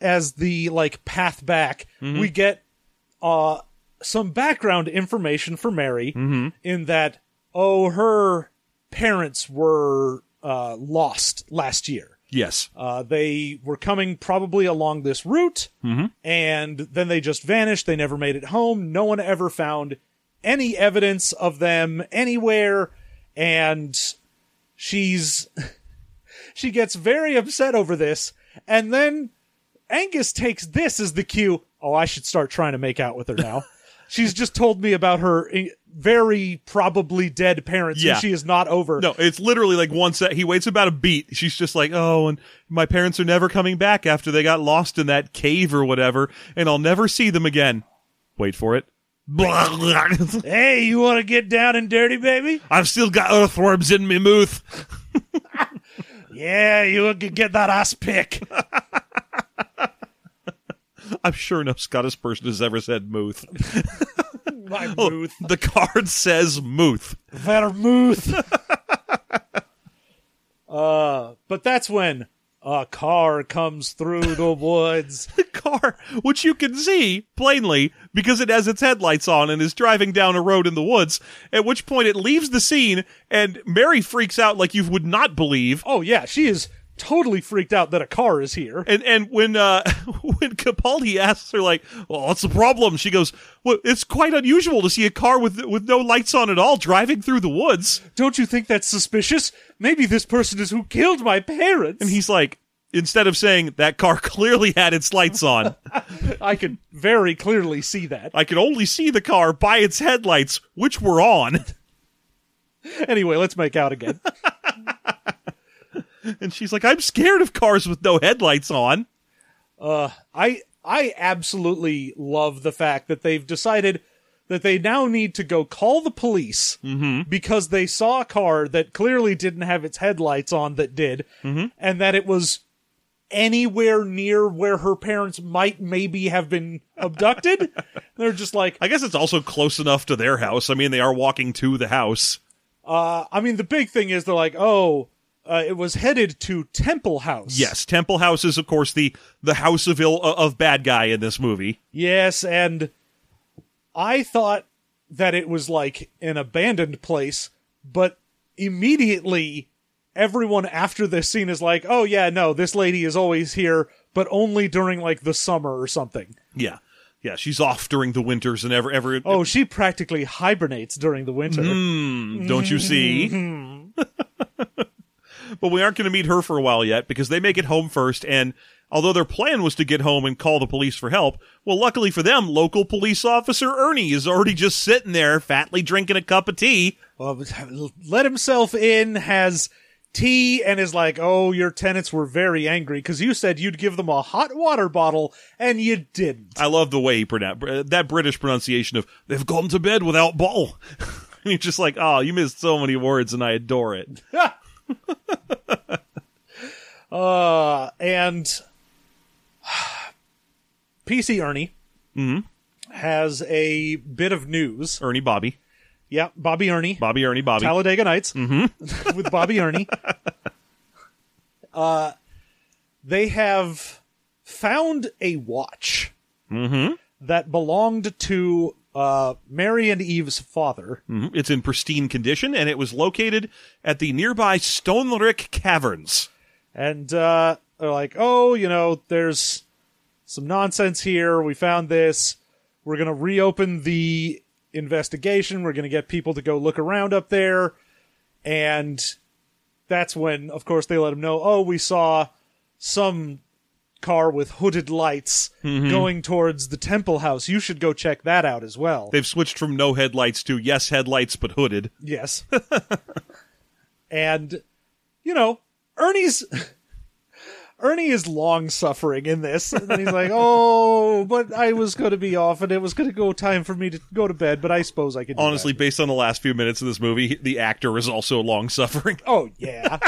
Speaker 1: as the like path back we get uh some background information for mary in that oh her parents were uh lost last year
Speaker 2: Yes,
Speaker 1: uh, they were coming probably along this route,
Speaker 2: Mm-hmm.
Speaker 1: and then they just vanished. They never made it home. No one ever found any evidence of them anywhere, and she's she gets very upset over this. And then Angus takes this as the cue. oh, I should start trying to make out with her now. She's just told me about her eh, very probably dead parents
Speaker 2: Yeah.
Speaker 1: who she is not over.
Speaker 2: No, it's literally like one set. He waits about a beat. She's just like, oh, and my parents are never coming back after they got lost in that cave or whatever, and I'll never see them again. Wait for it. Blah, blah.
Speaker 1: Hey, you want to get down and dirty, baby?
Speaker 2: I've still got earthworms in me mouth.
Speaker 1: Yeah, you could get that ass pick.
Speaker 2: I'm sure no Scottish person has ever said mouth.
Speaker 1: My
Speaker 2: Oh,
Speaker 1: mouth.
Speaker 2: The card says mouth.
Speaker 1: Vermouth. uh, but that's when a car comes through the woods.
Speaker 2: The car, which you can see plainly because it has its headlights on and is driving down a road in the woods, at which point it leaves the scene and Mary freaks out like you would not believe.
Speaker 1: oh yeah, she is totally freaked out that a car is here.
Speaker 2: And and when uh when Capaldi asks her like, "Well, what's the problem?" She goes, "Well, it's quite unusual to see a car with with no lights on at all driving through the woods."
Speaker 1: Don't you think that's suspicious? Maybe this person is who killed my parents.
Speaker 2: And he's like, instead of saying that car clearly had its lights on,
Speaker 1: I could very clearly see that.
Speaker 2: I could only see the car by its headlights, which were on.
Speaker 1: Anyway, let's make out again.
Speaker 2: And she's like, "I'm scared of cars with no headlights on."
Speaker 1: I I absolutely love the fact that they've decided that they now need to go call the police because they saw a car that clearly didn't have its headlights on that did, and that it was anywhere near where her parents might maybe have been abducted. They're just like,
Speaker 2: I guess it's also close enough to their house. I mean, they are walking to the house.
Speaker 1: I mean, the big thing is they're like, oh, uh, it was headed to Temple House.
Speaker 2: Yes, Temple House is of course the the house of ill uh, of bad guy in this movie.
Speaker 1: Yes, and I thought that it was like an abandoned place, but immediately everyone after this scene is like, "Oh yeah, no, this lady is always here, but only during like the summer or something."
Speaker 2: Yeah. Yeah, she's off during the winters and ever ever
Speaker 1: Oh, she practically hibernates during the winter.
Speaker 2: don't you see? but we aren't going to meet her for a while yet because they make it home first and although their plan was to get home and call the police for help, well luckily for them, local police officer Ernie is already just sitting there fatly drinking a cup of tea.
Speaker 1: Uh, let himself in has tea and is like, "Oh, your tenants were very angry cuz you said you'd give them a hot water bottle and you didn't."
Speaker 2: I love the way he pronounced that British pronunciation of they've gone to bed without ball. and you're just like, "Oh, you missed so many words and I adore it."
Speaker 1: uh, and PC Ernie has a bit of news.
Speaker 2: Ernie Bobby.
Speaker 1: Yeah, Bobby Ernie,
Speaker 2: Bobby Ernie Bobby.
Speaker 1: Talladega Nights with Bobby Ernie. Uh, they have found a watch that belonged to uh, Mary and Eve's father.
Speaker 2: Mhm. It's in pristine condition, and it was located at the nearby Stonerick Caverns.
Speaker 1: and uh, they're like, "Oh, you know, there's some nonsense here. We found this. We're gonna reopen the investigation. We're gonna get people to go look around up there." And that's when, of course, they let them know, "Oh, we saw some car with hooded lights going towards the Temple House. You should go check that out as well."
Speaker 2: They've switched from no headlights to yes headlights, but hooded.
Speaker 1: Yes. and you know, Ernie's Ernie is long suffering in this. And then he's like, "Oh, but I was going to be off and it was going to go time for me to go to bed, but I suppose I could do
Speaker 2: Honestly,
Speaker 1: that."
Speaker 2: based on the last few minutes of this movie, he- the actor is also long suffering.
Speaker 1: Oh, yeah.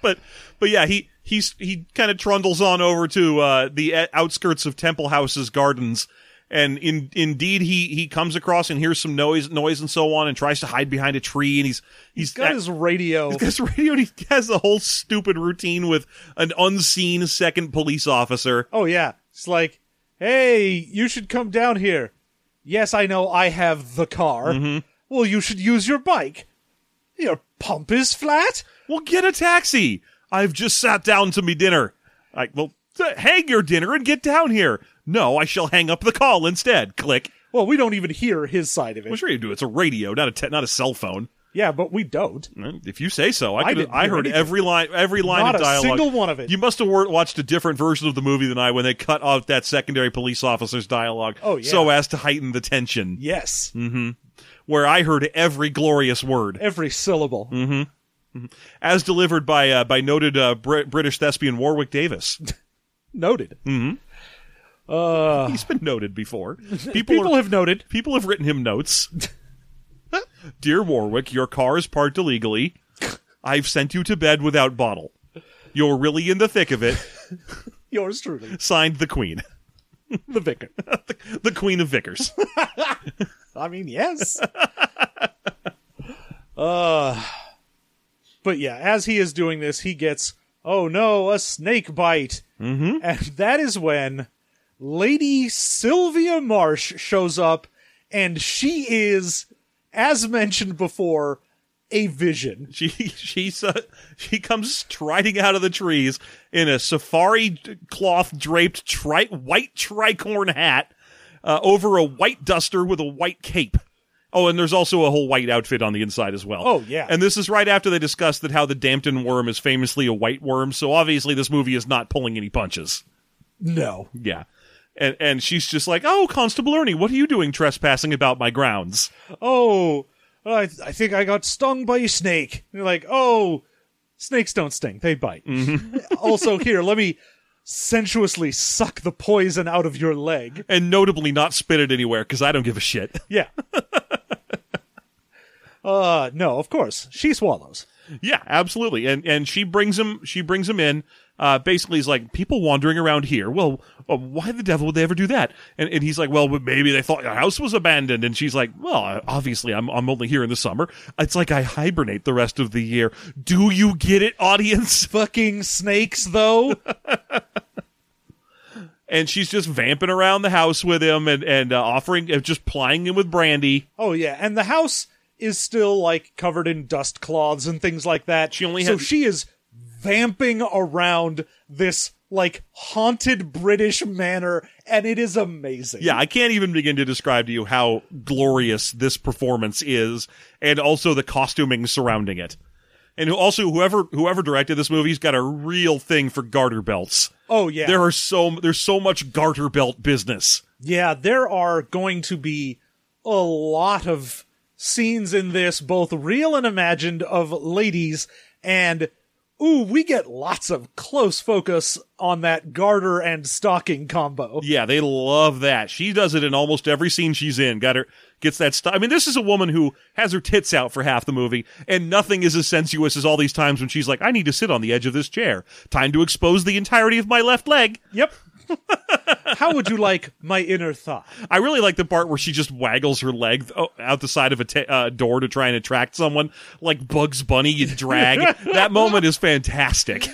Speaker 2: But but yeah, he he's he kind of trundles on over to uh, the uh, outskirts of Temple House's gardens. And in, indeed, he, he comes across and hears some noise, noise and so on, and tries to hide behind a tree. And he's he's
Speaker 1: Got his radio.
Speaker 2: Because radio he has the whole stupid routine with an unseen second police officer.
Speaker 1: Oh, yeah. It's like, "Hey, you should come down here." "Yes, I know I have the car." "Well, you should use your bike." "Your pump is flat?"
Speaker 2: Well, get a taxi. I've just sat down to me dinner. Like, well, th- hang your dinner and get down here. No, I shall hang up the call instead. Click.
Speaker 1: Well, we don't even hear his side of it.
Speaker 2: Well, sure you do. It's a radio, not a te- not a cell phone.
Speaker 1: Yeah, but we don't.
Speaker 2: If you say so, I
Speaker 1: I
Speaker 2: could,
Speaker 1: didn't
Speaker 2: I,
Speaker 1: hear
Speaker 2: heard
Speaker 1: anything.
Speaker 2: every line, every line
Speaker 1: Not
Speaker 2: of
Speaker 1: a
Speaker 2: dialogue.
Speaker 1: single one of it.
Speaker 2: You must have wor- watched a different version of the movie than I when they cut off that secondary police officer's dialogue,
Speaker 1: Oh, yeah.
Speaker 2: so as to heighten the tension.
Speaker 1: Yes,
Speaker 2: Where I heard every glorious word,
Speaker 1: every syllable.
Speaker 2: as delivered by uh, by noted uh, Brit- British thespian Warwick Davis.
Speaker 1: Noted.
Speaker 2: He's been noted before. People,
Speaker 1: Uh. People
Speaker 2: are-
Speaker 1: have noted.
Speaker 2: people have written him notes. Dear Warwick, your car is parked illegally. I've sent you to bed without bottle. You're really in the thick of it.
Speaker 1: Yours truly,
Speaker 2: Signed the Queen.
Speaker 1: the vicar.
Speaker 2: the Queen of Vickers.
Speaker 1: I mean, yes. uh, but yeah, as he is doing this, he gets, oh no, a snake bite. Mm-hmm. And that is when Lady Sylvia Marsh shows up, and she is, as mentioned before, a vision.
Speaker 2: she she's uh, she comes striding out of the trees in a safari cloth draped tri- white tricorn hat uh, over a white duster with a white cape. Oh, and there's also a whole white outfit on the inside as well.
Speaker 1: Oh, yeah.
Speaker 2: And this is right after they discussed that how the Dampton worm is famously a white worm, so obviously this movie is not pulling any punches.
Speaker 1: No.
Speaker 2: Yeah. And and she's just like, "Oh, Constable Ernie, what are you doing trespassing about my grounds?"
Speaker 1: Oh, I, I think I got stung by a snake. And you're like, oh, snakes don't sting, they bite. also, here, let me sensuously suck the poison out of your leg.
Speaker 2: And notably not spit it anywhere cuz I don't give a shit.
Speaker 1: Yeah. uh, no, of course. She swallows.
Speaker 2: Yeah, absolutely. And and she brings him she brings him in. Uh, basically, he's like people wandering around here. Well, uh, why the devil would they ever do that? And and he's like, well, but maybe they thought your house was abandoned. And she's like, well, I- obviously, I'm I'm only here in the summer. It's like I hibernate the rest of the year. Do you get it, audience?
Speaker 1: Fucking snakes, though.
Speaker 2: And she's just vamping around the house with him and and uh, offering uh, just plying him with brandy.
Speaker 1: oh, yeah. And the house is still, like, covered in dust cloths and things like that.
Speaker 2: She only
Speaker 1: so
Speaker 2: had-
Speaker 1: she is vamping around this, like, haunted British manor, and it is amazing.
Speaker 2: Yeah, I can't even begin to describe to you how glorious this performance is, and also the costuming surrounding it. And also, whoever whoever directed this movie's got a real thing for garter belts.
Speaker 1: Oh, yeah.
Speaker 2: There are so there's so much garter belt business.
Speaker 1: Yeah, there are going to be a lot of scenes in this, both real and imagined, of ladies, and ooh, we get lots of close focus on that garter and stocking combo.
Speaker 2: Yeah, they love that. She does it in almost every scene she's in. Got her gets that stuff. I mean, this is a woman who has her tits out for half the movie, and nothing is as sensuous as all these times when she's like, "I need to sit on the edge of this chair. Time to expose the entirety of my left leg."
Speaker 1: Yep. How would you like my inner thigh?
Speaker 2: I really like the part where she just waggles her leg oh, out the side of a ta uh, door to try and attract someone, like Bugs Bunny you drag. that moment is fantastic.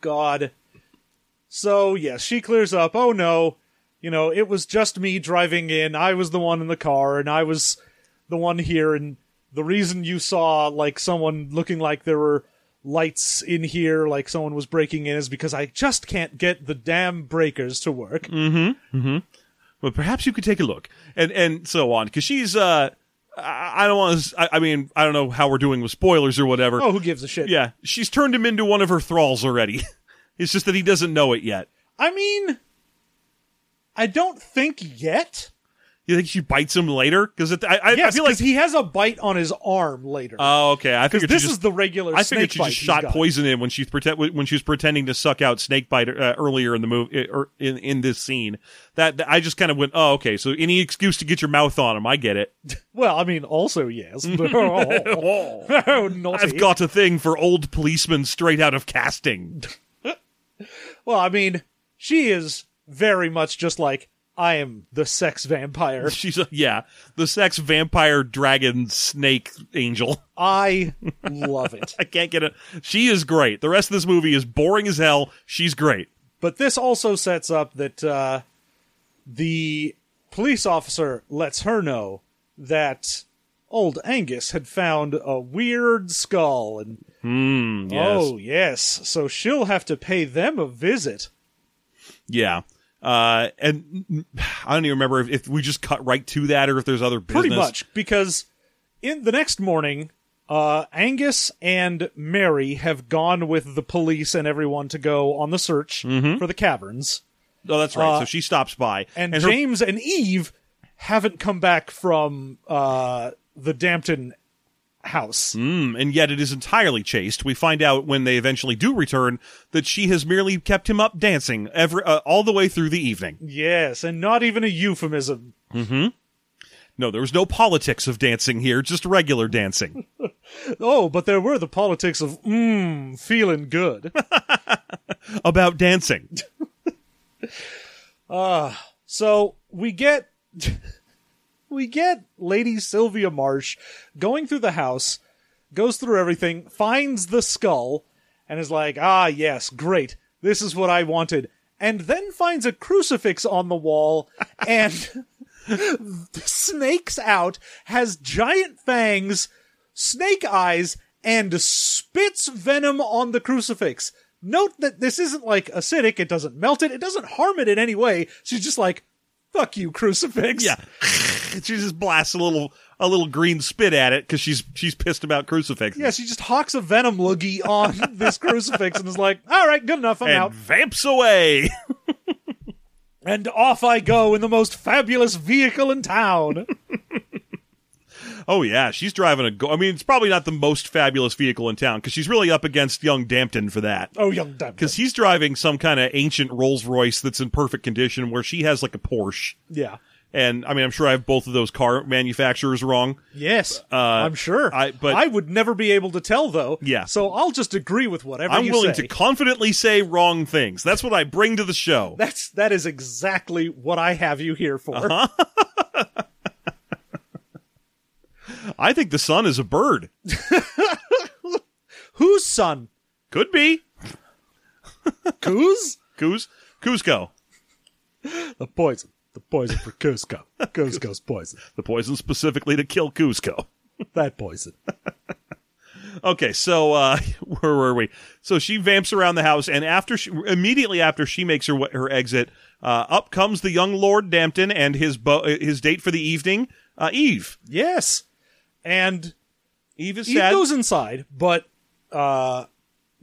Speaker 1: God. So, yes, she clears up. Oh no, you know, it was just me driving in. I was the one in the car, and I was the one here. And the reason you saw, like, someone looking like there were lights in here, like someone was breaking in, is because I just can't get the damn breakers to work.
Speaker 2: But perhaps you could take a look, and and so on, because she's. uh I I don't want to. I I mean, I don't know how we're doing with spoilers or whatever.
Speaker 1: Oh, who gives a shit?
Speaker 2: Yeah, she's turned him into one of her thralls already. it's just that he doesn't know it yet.
Speaker 1: I mean, I don't think yet.
Speaker 2: You think she bites him later? Because I, I,
Speaker 1: Yes,
Speaker 2: I feel like
Speaker 1: he has a bite on his arm later.
Speaker 2: Oh, okay. I figured she
Speaker 1: this
Speaker 2: just-
Speaker 1: is the regular
Speaker 2: I
Speaker 1: snake
Speaker 2: figured she
Speaker 1: bite
Speaker 2: just
Speaker 1: he's
Speaker 2: shot
Speaker 1: got.
Speaker 2: poison in when she's pretend when she was pretending to suck out snake bite uh, earlier in the movie or in in this scene. That, that- I just kind of went, oh, okay. So any excuse to get your mouth on him, I get it.
Speaker 1: Well, I mean, also yes. oh, naughty.
Speaker 2: I've got a thing for old policemen straight out of casting.
Speaker 1: Well, I mean, she is very much just like I am the sex vampire.
Speaker 2: She's a, yeah, the sex vampire dragon snake angel.
Speaker 1: I love it.
Speaker 2: I can't get it. She is great. The rest of this movie is boring as hell. She's great.
Speaker 1: But this also sets up that uh, the police officer lets her know that old Angus had found a weird skull, and
Speaker 2: Hmm,
Speaker 1: oh yes, so she'll have to pay them a visit.
Speaker 2: Yeah. Uh, and I don't even remember if, if we just cut right to that or if there's other business.
Speaker 1: pretty much because in the next morning, uh, Angus and Mary have gone with the police and everyone to go on the search
Speaker 2: Mm-hmm.
Speaker 1: for the caverns.
Speaker 2: Oh, that's right. so she stops by,
Speaker 1: And,
Speaker 2: her-
Speaker 1: James and Eve haven't come back from uh, the Dampton house.
Speaker 2: Mm, and yet it is entirely chaste. We find out when they eventually do return that she has merely kept him up dancing ever uh, all the way through the evening.
Speaker 1: Yes, and not even a euphemism.
Speaker 2: No, there was no politics of dancing here, just regular dancing.
Speaker 1: Oh, but there were the politics of mmm, feeling good.
Speaker 2: About dancing.
Speaker 1: So we get we get Lady Sylvia Marsh going through the house, goes through everything, finds the skull, and is like, "Ah, yes, great. This is what I wanted." And then finds a crucifix on the wall and snakes out, has giant fangs, snake eyes, and spits venom on the crucifix. Note that this isn't like acidic, it doesn't melt it, it doesn't harm it in any way. She's just like, fuck you, crucifix.
Speaker 2: Yeah. she just blasts a little a little green spit at it cuz she's she's pissed about crucifixes.
Speaker 1: Yeah, she just hawks a venom loogie on this crucifix and is like, all right, good enough, I'm
Speaker 2: and
Speaker 1: out.
Speaker 2: vamps away.
Speaker 1: And off I go in the most fabulous vehicle in town.
Speaker 2: Oh yeah, she's driving a go- I mean, it's probably not the most fabulous vehicle in town cuz she's really up against young Dampton for that.
Speaker 1: oh, young dumb.
Speaker 2: because he's driving some kind of ancient Rolls Royce that's in perfect condition, where she has like a Porsche.
Speaker 1: Yeah.
Speaker 2: And I mean, I'm sure I have both of those car manufacturers wrong.
Speaker 1: Yes, I'm sure.
Speaker 2: I- but-
Speaker 1: Uh, I would never be able to tell, though.
Speaker 2: Yeah.
Speaker 1: So I'll just agree with whatever
Speaker 2: I'm
Speaker 1: you
Speaker 2: willing
Speaker 1: say.
Speaker 2: to confidently say wrong things. That's what I bring to the show.
Speaker 1: That's that is exactly what I have you here for.
Speaker 2: I think the sun is a bird.
Speaker 1: Whose son?
Speaker 2: Could be
Speaker 1: Coos?
Speaker 2: Cus Cusco.
Speaker 1: the poison. The poison for Cusco. Cusco's poison.
Speaker 2: The poison specifically to kill Cusco.
Speaker 1: That poison.
Speaker 2: Okay, so uh, where were we? So she vamps around the house, and after she, immediately after she makes her wa- her exit, uh, up comes the young Lord Dampton and his bo- uh, his date for the evening, uh, Eve.
Speaker 1: Yes. And
Speaker 2: Eve is
Speaker 1: Eve
Speaker 2: sad.
Speaker 1: goes inside, but uh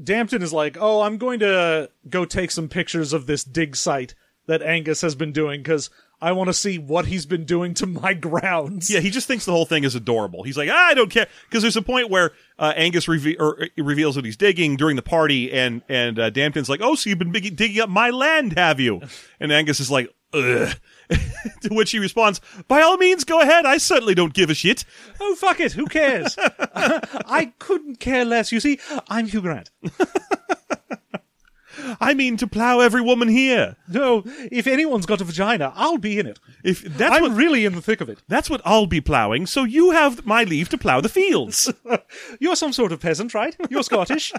Speaker 1: Dampton is like, "Oh, I'm going to go take some pictures of this dig site that Angus has been doing because I want to see what he's been doing to my grounds."
Speaker 2: yeah, he just thinks the whole thing is adorable. He's like, "Ah, I don't care, because there's a point where uh, Angus reve- or, uh, reveals what he's digging during the party, and and uh, Dampton's like, "Oh, so you've been big- digging up my land, have you?" And Angus is like, "Ugh." to which he responds, "By all means, go ahead. I certainly don't give a shit."
Speaker 1: Oh fuck it, who cares? I couldn't care less. You see, I'm Hugh Grant.
Speaker 2: I mean, to plow every woman here.
Speaker 1: No, if anyone's got a vagina, I'll be in it.
Speaker 2: If that's
Speaker 1: I'm
Speaker 2: what
Speaker 1: really in the thick of it.
Speaker 2: that's what I'll be plowing, so you have my leave to plow the fields.
Speaker 1: You're some sort of peasant, right? You're Scottish.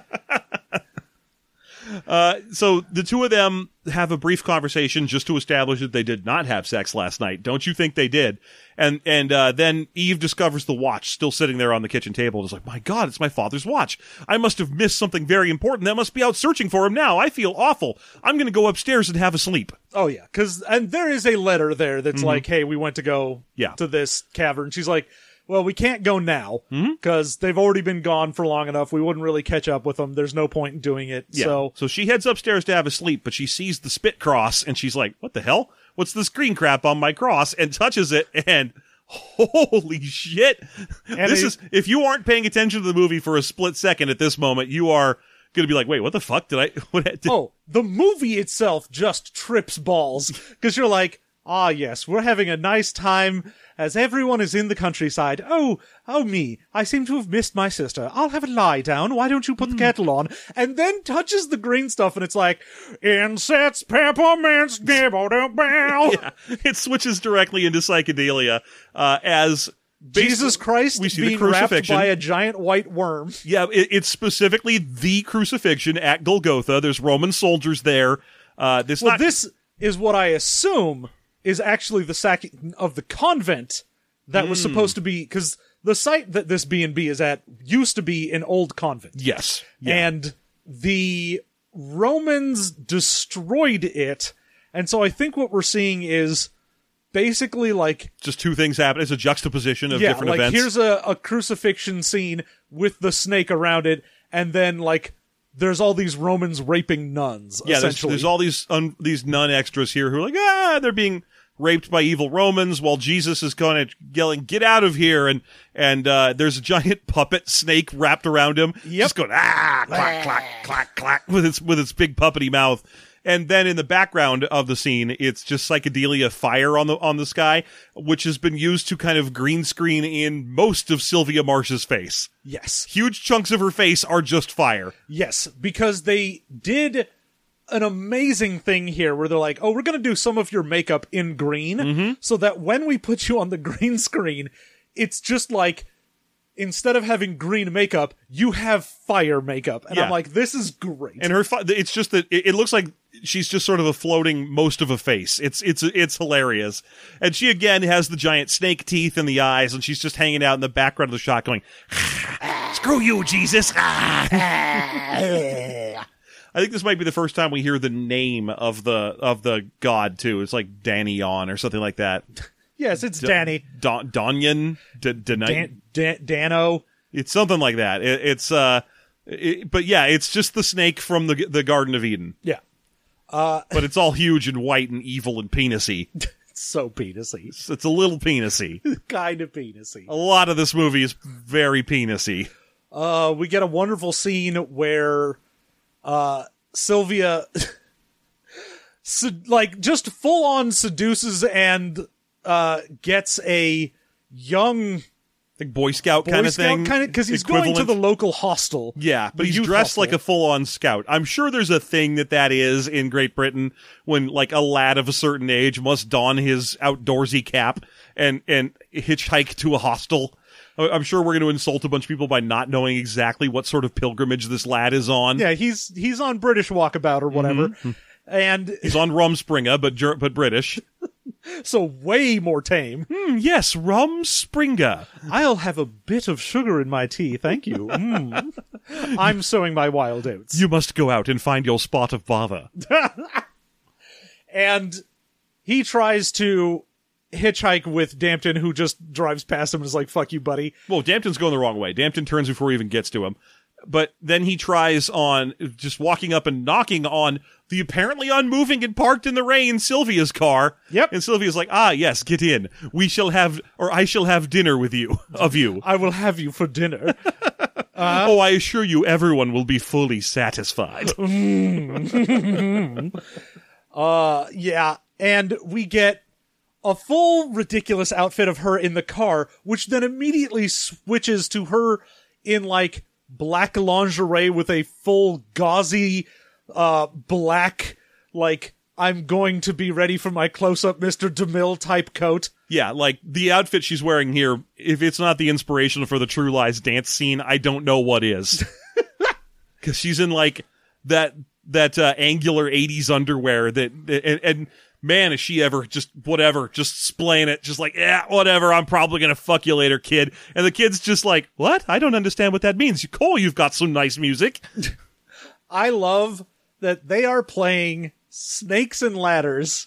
Speaker 2: so the two of them have a brief conversation just to establish that they did not have sex last night. Don't you think they did? And and uh, then Eve discovers the watch still sitting there on the kitchen table. And is like, my God, it's my father's watch. I must have missed something very important. That must be out searching for him now. I feel awful. I'm going to go upstairs and have a sleep.
Speaker 1: oh yeah, because and there is a letter there that's like, "Hey, we went to go
Speaker 2: Yeah.
Speaker 1: to this cavern." She's like, "Well, we can't go now because they've already been gone for long enough. We wouldn't really catch up with them. There's no point in doing it." So
Speaker 2: so she heads upstairs to have a sleep, but she sees the spit cross and she's like, "What the hell? What's this green crap on my cross?" And touches it and holy shit. this
Speaker 1: it-
Speaker 2: is if you aren't paying attention to the movie for a split second at this moment, you are going to be like, "Wait, what the fuck did I what did,
Speaker 1: Oh, the movie itself just trips balls because you're like, ah, yes, we're having a nice time as everyone is in the countryside. Oh, oh me, I seem to have missed my sister. I'll have a lie down. Why don't you
Speaker 2: Hmm.
Speaker 1: put the kettle on? And then touches the green stuff, and it's like insects, peppermints, gibble bow.
Speaker 2: it switches directly into psychedelia uh, as
Speaker 1: Jesus
Speaker 2: basically-
Speaker 1: Christ
Speaker 2: we see the
Speaker 1: being wrapped
Speaker 2: crucifixion.
Speaker 1: by a giant white worm.
Speaker 2: Yeah, it, it's specifically the crucifixion at Golgotha. There's Roman soldiers there. Uh, this
Speaker 1: Well,
Speaker 2: not-
Speaker 1: this is what I assume is actually the sacking of the convent that
Speaker 2: Hmm.
Speaker 1: was supposed to be because the site that this B and B is at used to be an old convent,
Speaker 2: yes, yeah.
Speaker 1: and the Romans destroyed it, and so I think what we're seeing is basically like
Speaker 2: Just two things happen. It's a juxtaposition of
Speaker 1: yeah,
Speaker 2: different
Speaker 1: like
Speaker 2: events.
Speaker 1: here's a, a crucifixion scene with the snake around it, and then like there's all these Romans raping nuns.
Speaker 2: yeah, there's,
Speaker 1: essentially.
Speaker 2: there's all these un, these nun extras here who are like, ah, they're being raped by evil Romans while Jesus is going to yelling, get out of here. And, and, uh, there's a giant puppet snake wrapped around him. Just going, ah, clack, clack, clack, clack with its, with its big puppety mouth. And then in the background of the scene, it's just psychedelia fire on the, on the sky, which has been used to kind of green screen in most of Sylvia Marsh's face.
Speaker 1: yes,
Speaker 2: Huge chunks of her face are just fire.
Speaker 1: Yes, because they did an amazing thing here where they're like, oh, we're going to do some of your makeup in green
Speaker 2: Mm-hmm.
Speaker 1: so that when we put you on the green screen, it's just like instead of having green makeup, you have fire makeup. And
Speaker 2: Yeah.
Speaker 1: I'm like, this is great.
Speaker 2: and her fi- it's just that it, it looks like she's just sort of a floating most of a face it's it's it's hilarious and she again has the giant snake teeth in the eyes and she's just hanging out in the background of the shot going screw you jesus I think this might be the first time we hear the name of the of the god too. It's like Danion or something like that.
Speaker 1: yes, it's Danny.
Speaker 2: Don Donion, D- Danite-
Speaker 1: Dan- Dan- Dano.
Speaker 2: it's something like that. It, it's uh, it, but yeah, it's just the snake from the the Garden of Eden.
Speaker 1: Yeah.
Speaker 2: but it's all huge and white and evil and penisy.
Speaker 1: It's so penisy.
Speaker 2: It's, it's a little penisy.
Speaker 1: kind of penisy.
Speaker 2: A lot of this movie is very penisy.
Speaker 1: uh, we get a wonderful scene where uh, Sylvia, sed- like, just full on seduces and uh, gets a young
Speaker 2: Like Boy Scout kind
Speaker 1: Boy
Speaker 2: of
Speaker 1: Scout
Speaker 2: thing.
Speaker 1: kind of because he's going to
Speaker 2: equivalent.
Speaker 1: the local hostel.
Speaker 2: yeah, but
Speaker 1: the
Speaker 2: he's
Speaker 1: youth
Speaker 2: dressed
Speaker 1: hostel.
Speaker 2: like a full-on scout. I'm sure there's a thing that that is in Great Britain when like a lad of a certain age must don his outdoorsy cap and and hitchhike to a hostel. I- I'm sure we're going to insult a bunch of people by not knowing exactly what sort of pilgrimage this lad is on.
Speaker 1: yeah. He's he's on British Walkabout or whatever,
Speaker 2: Mm-hmm.
Speaker 1: and
Speaker 2: He's on Rumspringa, but Ger- but British.
Speaker 1: so way more tame.
Speaker 2: Hmm, Yes, Rumspringa.
Speaker 1: I'll have a bit of sugar in my tea, thank you. Mm. I'm sowing my wild oats.
Speaker 2: You must go out and find your spot of bother.
Speaker 1: and he tries to hitchhike with Dampton, who just drives past him and is like, "Fuck you, buddy."
Speaker 2: Well, Dampton's going the wrong way. Dampton turns before he even gets to him. But then he tries on just walking up and knocking on the apparently unmoving and parked in the rain Sylvia's car.
Speaker 1: Yep.
Speaker 2: And Sylvia's like, ah, yes, get in. We shall have, or I shall have dinner with you, of you.
Speaker 1: I will have you for dinner.
Speaker 2: oh, I assure you, everyone will be fully satisfied.
Speaker 1: uh, yeah, and we get a full ridiculous outfit of her in the car, which then immediately switches to her in like black lingerie with a full gauzy, uh, black like. I'm going to be ready for my close-up, Mister DeMille type coat.
Speaker 2: Yeah, like the outfit she's wearing here, if it's not the inspiration for the True Lies dance scene, I don't know what is. Cuz she's in like that that uh, angular 80s underwear that and, and man is she ever just whatever, just splaying it just like, "Yeah, whatever, I'm probably going to fuck you later, kid." And the kid's just like, "What? I don't understand what that means. You Cole, you've got some nice music."
Speaker 1: I love that they are playing Snakes and Ladders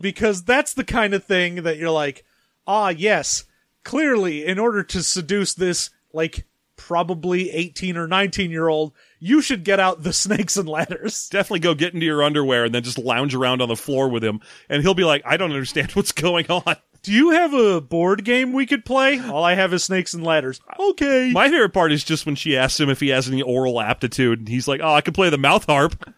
Speaker 1: because that's the kind of thing that you're like, ah, yes, clearly, in order to seduce this, like, probably 18 or 19 year old, you should get out the Snakes and Ladders.
Speaker 2: Definitely go get into your underwear and then just lounge around on the floor with him and he'll be like, "I don't understand what's going on."
Speaker 1: Do you have a board game we could play? All I have is Snakes and Ladders. Okay.
Speaker 2: My favorite part is just when she asks him if he has any oral aptitude, and he's like, "Oh, I can play the mouth harp."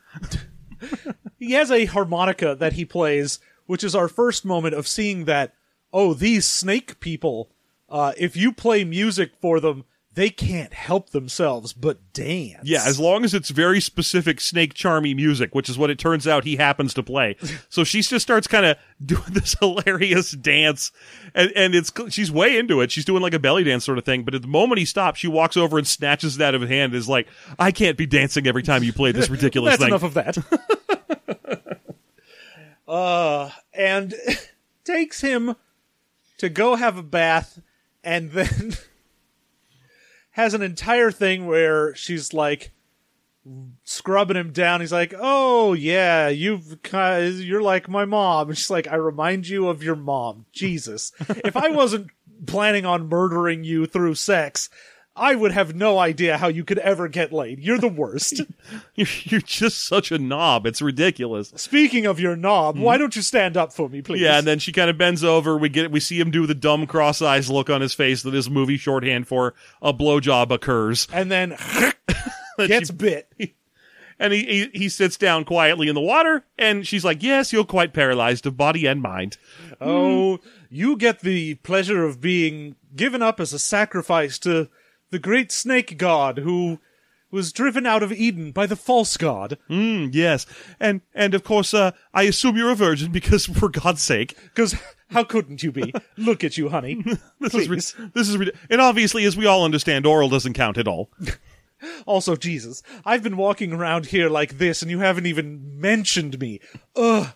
Speaker 1: he has a harmonica that he plays, which is our first moment of seeing that. Oh, these snake people! Uh, if you play music for them, they can't help themselves but dance.
Speaker 2: Yeah, as long as it's very specific snake charmy music, which is what it turns out he happens to play. So she just starts kind of doing this hilarious dance, and and it's she's way into it. She's doing like a belly dance sort of thing. But at the moment he stops, she walks over and snatches it out of his hand. And is like, "I can't be dancing every time you play this ridiculous
Speaker 1: that's
Speaker 2: thing."
Speaker 1: enough of that. uh, and takes him to go have a bath, and then has an entire thing where she's like, scrubbing him down. He's like, "Oh yeah, you've ki- you're like my mom." And she's like, "I remind you of your mom." Jesus, if I wasn't planning on murdering you through sex, I would have no idea how you could ever get laid. You're the worst.
Speaker 2: You're, you're just such a knob. It's ridiculous.
Speaker 1: Speaking of your knob, why don't you stand up for me, please?
Speaker 2: Mm-hmm. Yeah, and then she kind of bends over. We get we see him do the dumb cross eyes look on his face that is movie shorthand for a blowjob occurs.
Speaker 1: and then gets bit.
Speaker 2: And he, he he sits down quietly in the water, and she's like, "Yes, you're quite paralyzed of body and mind."
Speaker 1: Oh, you get the pleasure of being given up as a sacrifice to the great snake god who was driven out of Eden by the false god.
Speaker 2: Mm, yes, and and of course, uh, I assume you're a virgin because, for God's sake,
Speaker 1: Because how couldn't you be? Look at you, honey.
Speaker 2: this is
Speaker 1: Please.
Speaker 2: rid- this is rid- and obviously, as we all understand, oral doesn't count at all.
Speaker 1: Also, Jesus, I've been walking around here like this and you haven't even mentioned me. Ugh.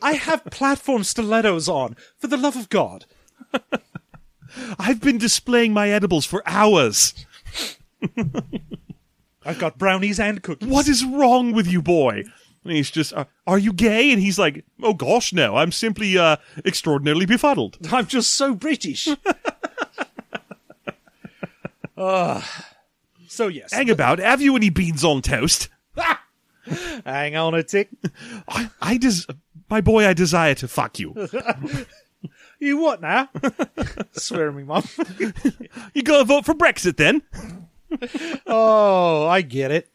Speaker 1: I have platform stilettos on, for the love of God.
Speaker 2: I've been displaying my edibles for hours.
Speaker 1: I've got brownies and cookies.
Speaker 2: What is wrong with you, boy? And he's just, uh, are you gay? And he's like, oh gosh, no. I'm simply uh, extraordinarily befuddled.
Speaker 1: I'm just so British. Ugh. Ah. so yes,
Speaker 2: Hang about. Have you any beans on toast?
Speaker 1: hang on a tick.
Speaker 2: I, I des- my boy, I desire to fuck you.
Speaker 1: You what now? Swear me, mum.
Speaker 2: You gonna vote for Brexit then?
Speaker 1: Oh, I get it.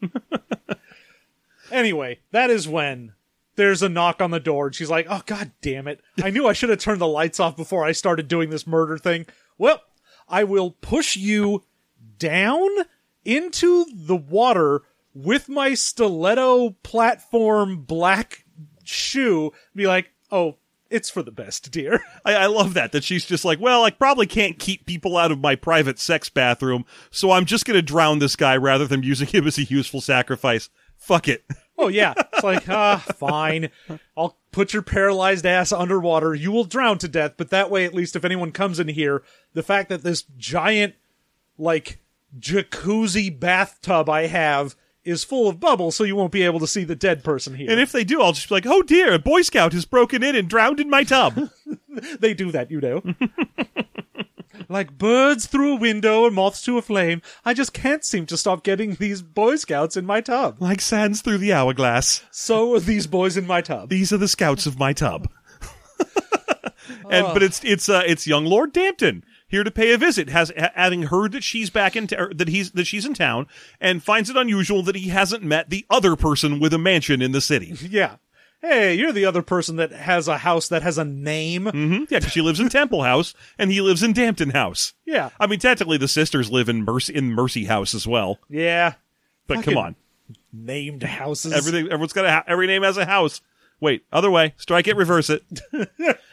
Speaker 1: anyway, that is when there's a knock on the door, and she's like, "Oh god damn it! I knew I should have turned the lights off before I started doing this murder thing." Well, I will push you down into the water with my stiletto platform black shoe. Be like, "Oh, it's for the best, dear."
Speaker 2: I, I love that. That she's just like, well, I probably can't keep people out of my private sex bathroom, so I'm just gonna drown this guy rather than using him as a useful sacrifice. Fuck it.
Speaker 1: Oh yeah. It's like, ah, fine. I'll put your paralyzed ass underwater. You will drown to death, but that way at least if anyone comes in here, the fact that this giant like jacuzzi bathtub I have is full of bubbles so you won't be able to see the dead person here.
Speaker 2: And if they do, I'll just be like, oh dear, a Boy Scout has broken in and drowned in my tub.
Speaker 1: they do that, you know. like birds through a window and moths to a flame, I just can't seem to stop getting these boy scouts in my tub.
Speaker 2: like sands through the hourglass.
Speaker 1: So are these boys in my tub.
Speaker 2: These are the scouts of my tub. and
Speaker 1: Oh.
Speaker 2: but it's it's uh, it's young Lord Dampton here to pay a visit, has ha- having heard that she's back in t- er, that he's that she's in town, and finds it unusual that he hasn't met the other person with a mansion in the city.
Speaker 1: Yeah. Hey, you're the other person that has a house that has a name.
Speaker 2: Hmm? Yeah, 'cause she lives in Temple House and he lives in Dampton House.
Speaker 1: Yeah.
Speaker 2: I mean technically the sisters live in Mercy in Mercy House as well.
Speaker 1: Yeah.
Speaker 2: But
Speaker 1: Fucking-
Speaker 2: come on,
Speaker 1: Named houses.
Speaker 2: everything everyone's got a ha- every name has a house. Wait, other way, strike it, reverse it.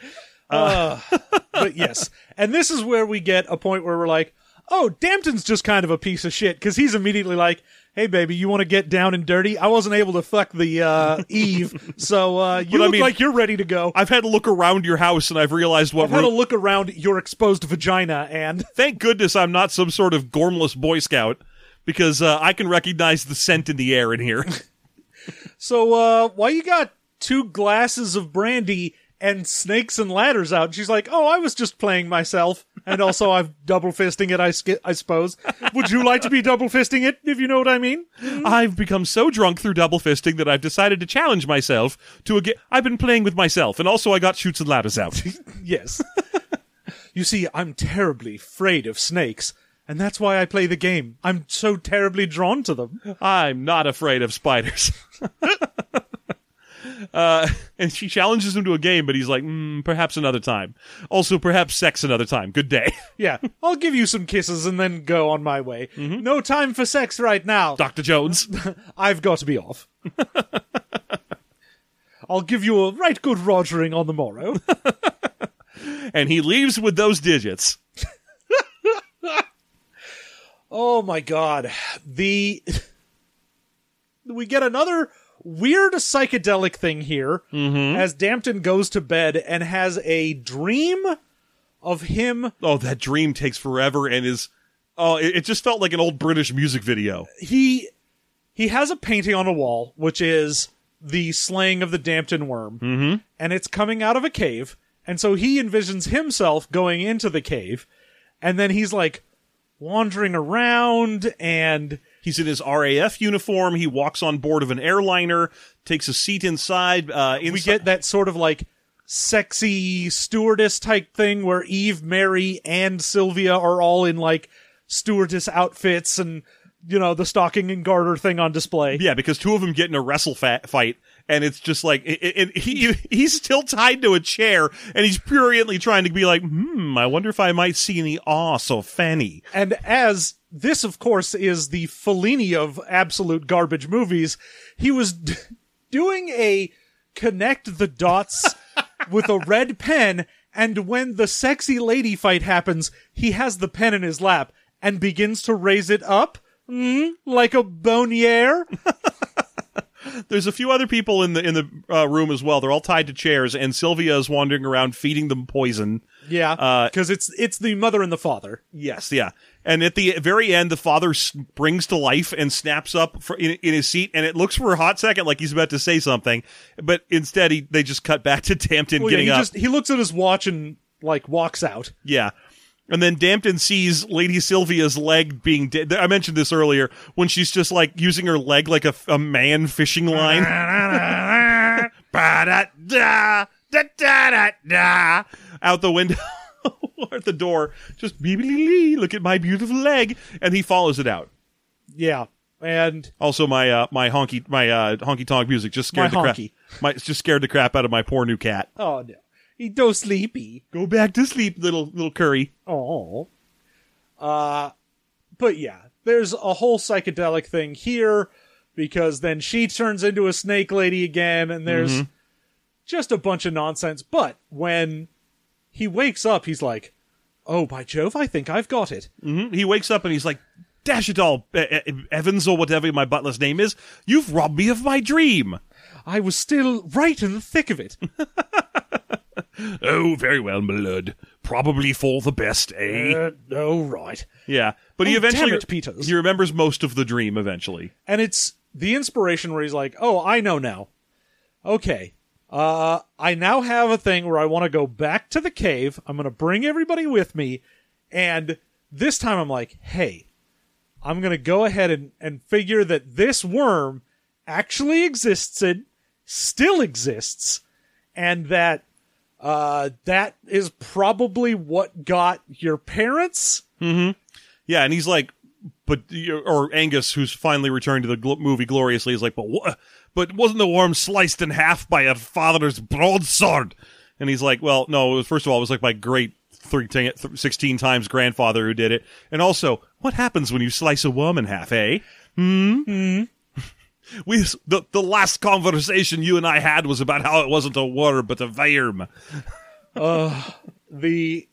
Speaker 1: But yes. And this is where we get a point where we're like, oh, Dampton's just kind of a piece of shit because he's immediately like, hey, baby, you want to get down and dirty? I wasn't able to fuck the uh, Eve, so uh, you
Speaker 2: But I
Speaker 1: look
Speaker 2: mean-
Speaker 1: like you're ready to go.
Speaker 2: I've had to look around your house and I've realized what
Speaker 1: I've had a
Speaker 2: room-
Speaker 1: look around your exposed vagina and
Speaker 2: thank goodness I'm not some sort of gormless Boy Scout because uh, I can recognize the scent in the air in here.
Speaker 1: So, uh, why you got two glasses of brandy and snakes and ladders out? And she's like, oh, I was just playing myself. And also, I'm double fisting it, I, sk- I suppose. Would you like to be double fisting it, if you know what I mean?
Speaker 2: I've become so drunk through double fisting that I've decided to challenge myself to a game. I've been playing with myself, and also I got shoots and ladders out.
Speaker 1: Yes. you see, I'm terribly afraid of snakes. And that's why I play the game. I'm so terribly drawn to them.
Speaker 2: I'm not afraid of spiders. uh, and she challenges him to a game, but he's like, mm, perhaps another time. Also, perhaps sex another time. Good day.
Speaker 1: Yeah, I'll give you some kisses and then go on my way. No time for sex right now.
Speaker 2: Dr. Jones.
Speaker 1: I've got to be off. I'll give you a right good rogering on the morrow.
Speaker 2: and he leaves with those digits.
Speaker 1: oh my god. The we get another weird psychedelic thing here as Dampton goes to bed and has a dream of him
Speaker 2: oh that dream takes forever and is oh it, it just felt like an old british music video
Speaker 1: he he has a painting on a wall, which is the slaying of the Dampton worm, mm-hmm. and it's coming out of a cave. And so he envisions himself going into the cave, and then he's like wandering around and
Speaker 2: He's in his RAF uniform. He walks on board of an airliner, takes a seat inside. Uh,
Speaker 1: we
Speaker 2: insi-
Speaker 1: get that sort of like sexy stewardess type thing where Eve, Mary, and Sylvia are all in like stewardess outfits and you know the stocking and garter thing on display.
Speaker 2: yeah, because two of them get in a wrestle fa- fight, and it's just like it, it, it- he he's still tied to a chair, and he's pruriently trying to be like, hmm, I wonder if I might see any awe so fanny.
Speaker 1: And as this, of course, is the Fellini of absolute garbage movies, he was d- doing a connect the dots with a red pen. And when the sexy lady fight happens, he has the pen in his lap and begins to raise it up mm, like a bonier.
Speaker 2: There's a few other people in the in the uh, room as well. They're all tied to chairs, and Sylvia is wandering around feeding them poison.
Speaker 1: Yeah,
Speaker 2: Uh,
Speaker 1: because it's it's the mother and the father.
Speaker 2: Yes, yeah. And at the very end, the father springs to life and snaps up for, in, in his seat, and it looks for a hot second like he's about to say something, but instead he, they just cut back to Dampton
Speaker 1: Well, yeah,
Speaker 2: getting
Speaker 1: he
Speaker 2: up.
Speaker 1: just he looks at his watch and like walks out.
Speaker 2: yeah. And then Dampton sees Lady Sylvia's leg being. Da- I mentioned this earlier when she's just like using her leg like a, a man fishing line. Ba-da-da, da-da-da-da, out the window or at the door. Just beep-a-lee-lee, look at my beautiful leg, and he follows it out.
Speaker 1: Yeah, and
Speaker 2: Also, my uh, my honky my uh, honky tonk music just scared
Speaker 1: My
Speaker 2: the
Speaker 1: honky.
Speaker 2: crap. My just scared the crap out of my poor new cat.
Speaker 1: oh no, he do sleepy.
Speaker 2: Go back to sleep, little little Curry.
Speaker 1: Oh. Uh but yeah, there's a whole psychedelic thing here because then she turns into a snake lady again and there's just a bunch of nonsense. But when he wakes up, he's like, "Oh, by Jove, I think I've got it."
Speaker 2: Mhm. He wakes up and he's like, "Dash it all, E- E- Evans or whatever my butler's name is, you've robbed me of my dream."
Speaker 1: I was still right in the thick of it.
Speaker 2: Oh, very well, my lord. Probably for the best, eh?
Speaker 1: uh, oh, right.
Speaker 2: Yeah, but he
Speaker 1: Oh,
Speaker 2: eventually
Speaker 1: damn it, Peters.
Speaker 2: he remembers most of the dream eventually.
Speaker 1: and it's the inspiration where he's like, "Oh, I know now. Okay, uh, I now have a thing where I want to go back to the cave. I'm going to bring everybody with me, and this time I'm like, hey, I'm going to go ahead and and figure that this worm actually existed, still exists, and that." Uh, that is probably what got your parents.
Speaker 2: Yeah, and he's like, but or Angus, who's finally returned to the gl- movie gloriously, is like, but wha But wasn't the worm sliced in half by a father's broadsword? And he's like, well, no. It was, first of all, it was like my great three, ten, th- 16 times grandfather who did it. And also, what happens when you slice a worm in half? Eh? Hmm. We the the last conversation you and I had was about how it wasn't a worm but a worm.
Speaker 1: the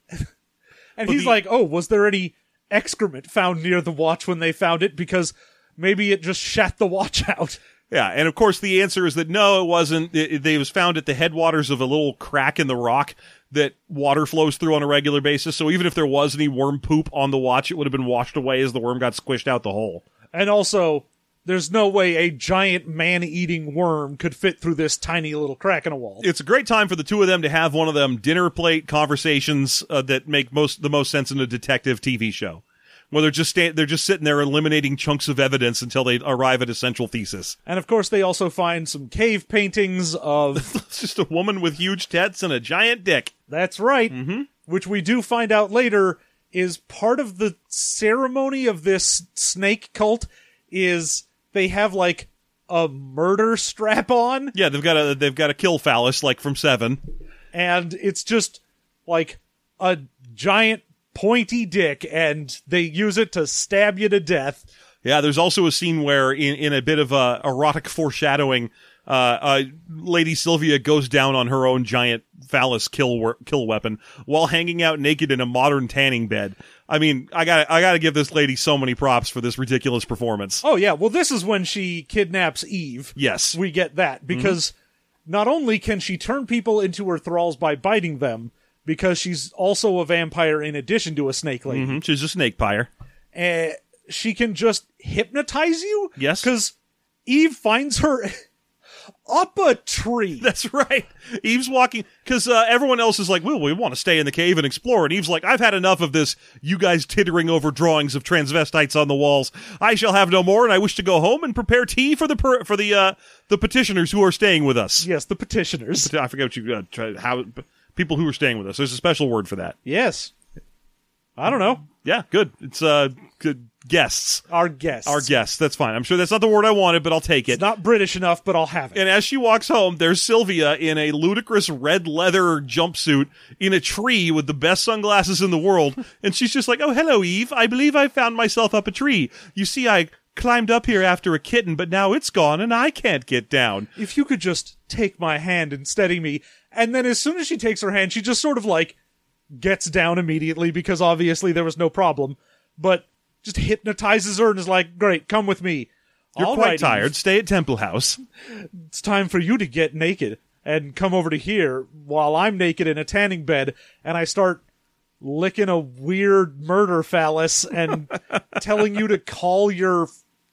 Speaker 1: and he's
Speaker 2: the-
Speaker 1: like oh was there any excrement found near the watch when they found it because maybe it just shat the watch out
Speaker 2: Yeah, and of course the answer is that no, it wasn't. It, it- they was found at the headwaters of a little crack in the rock that water flows through on a regular basis. So even if there was any worm poop on the watch, it would have been washed away as the worm got squished out the hole.
Speaker 1: and also there's no way a giant man-eating worm could fit through this tiny little crack in a wall
Speaker 2: It's a great time for the two of them to have one of them dinner plate conversations uh, that make most the most sense in a detective TV show, where they're just sta- they're just sitting there eliminating chunks of evidence until they arrive at a central thesis.
Speaker 1: and of course they also find some cave paintings of
Speaker 2: It's just a woman with huge tits and a giant dick.
Speaker 1: that's right which we do find out later is part of the ceremony of this snake cult is they have like a murder strap on
Speaker 2: Yeah, they've got a they've got a kill phallus like from Seven.
Speaker 1: and it's just like a giant pointy dick and they use it to stab you to death
Speaker 2: Yeah, there's also a scene where, in, in a bit of uh, erotic foreshadowing, uh, uh, Lady Sylvia goes down on her own giant phallus kill wor- kill weapon while hanging out naked in a modern tanning bed. I mean, I got I got to give this lady so many props for this ridiculous performance.
Speaker 1: oh yeah well this is when she kidnaps eve
Speaker 2: Yes,
Speaker 1: we get that because not only can she turn people into her thralls by biting them because she's also a vampire in addition to a snake lady
Speaker 2: Mm-hmm, Mhm, she's a snake pyre.
Speaker 1: eh, she can just hypnotize you
Speaker 2: Yes.
Speaker 1: because Eve finds her up a tree.
Speaker 2: That's right. Eve's walking because uh, everyone else is like, "Well, we want to stay in the cave and explore." And Eve's like, "I've had enough of this. You guys tittering over drawings of transvestites on the walls. I shall have no more, and I wish to go home and prepare tea for the per- for the uh, the petitioners who are staying with us.
Speaker 1: Yes, the petitioners.
Speaker 2: I forget what you uh, try, how people who are staying with us. There's a special word for that.
Speaker 1: Yes. I don't know.
Speaker 2: Yeah, good. It's uh, good guests.
Speaker 1: Our guests.
Speaker 2: Our guests. That's fine. I'm sure that's not the word I wanted, but I'll take it.
Speaker 1: It's not British enough, but I'll have it.
Speaker 2: And as she walks home, there's Sylvia in a ludicrous red leather jumpsuit in a tree with the best sunglasses in the world. And she's just like, Oh, hello, Eve. I believe I found myself up a tree. You see, I climbed up here after a kitten, but now it's gone and I can't get down.
Speaker 1: if you could just take my hand and steady me. And then as soon as she takes her hand, she just sort of like gets down immediately because obviously there was no problem, but just hypnotizes her and is like, great, come with me.
Speaker 2: You're
Speaker 1: "All
Speaker 2: quite
Speaker 1: right,
Speaker 2: tired. Stay at Temple House.
Speaker 1: It's time for you to get naked and come over to here while I'm naked in a tanning bed and I start licking a weird murder phallus and telling you to call your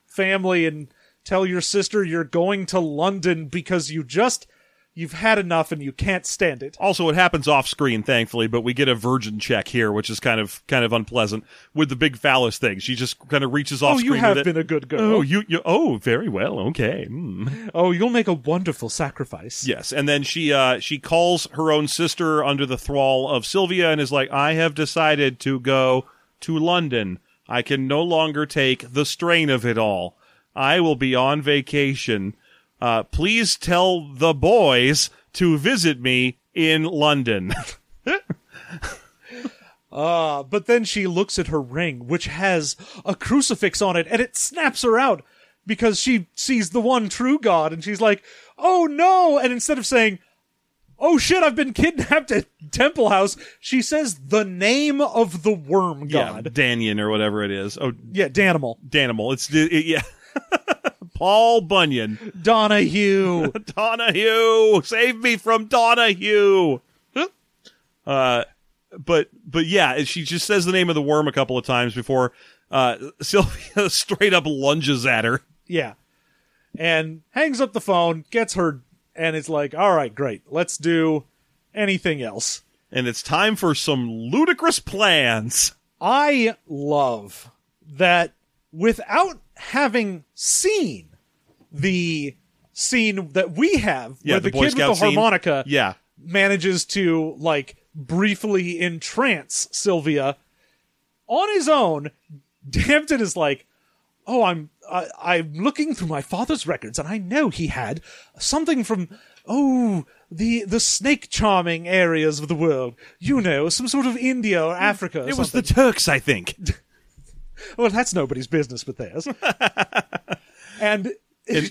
Speaker 1: family and tell your sister you're going to London because you just you've had enough and you can't stand it.
Speaker 2: Also, it happens off screen, thankfully, but we get a virgin check here, which is kind of kind of unpleasant with the big phallus thing. She just kind of reaches off
Speaker 1: Oh,
Speaker 2: screen.
Speaker 1: you have
Speaker 2: with it.
Speaker 1: been a good girl.
Speaker 2: Oh,
Speaker 1: Oh,
Speaker 2: you, you. Oh, very well. Okay. Mm.
Speaker 1: you'll make a wonderful sacrifice.
Speaker 2: Yes, and then she uh, she calls her own sister under the thrall of Sylvia and is like, "I have decided to go to London. I can no longer take the strain of it all. I will be on vacation. Uh, please tell the boys to visit me in London."
Speaker 1: Uh, but then she looks at her ring, which has a crucifix on it, and it snaps her out because she sees the one true God, and she's like, "Oh no!" And instead of saying, "Oh shit, I've been kidnapped at Temple House," she says the name of the worm
Speaker 2: yeah,
Speaker 1: god.
Speaker 2: Daniel or whatever it is. Oh,
Speaker 1: Yeah, Danimal,
Speaker 2: Danimal. It's it, yeah. Paul Bunyan,
Speaker 1: Donahue.
Speaker 2: Donahue, save me from Donahue. Uh, but but yeah, she just says the name of the worm a couple of times before uh, Sylvia straight up lunges at her.
Speaker 1: yeah, and hangs up the phone, gets her, and it's like, "All right, great, let's do anything else."
Speaker 2: And it's time for some ludicrous plans.
Speaker 1: I love that without having seen the scene that we have where the,
Speaker 2: Boy
Speaker 1: kid
Speaker 2: Scout
Speaker 1: with the
Speaker 2: scene.
Speaker 1: harmonica
Speaker 2: Yeah,
Speaker 1: manages to like briefly entrance Sylvia on his own, Dampton is like, "Oh, I'm I, I'm looking through my father's records, and I know he had something from oh the the snake charming areas of the world, you know, some sort of India or Africa. Or
Speaker 2: Mm, it
Speaker 1: something.
Speaker 2: was the Turks, I think.
Speaker 1: Well, that's nobody's business but theirs. and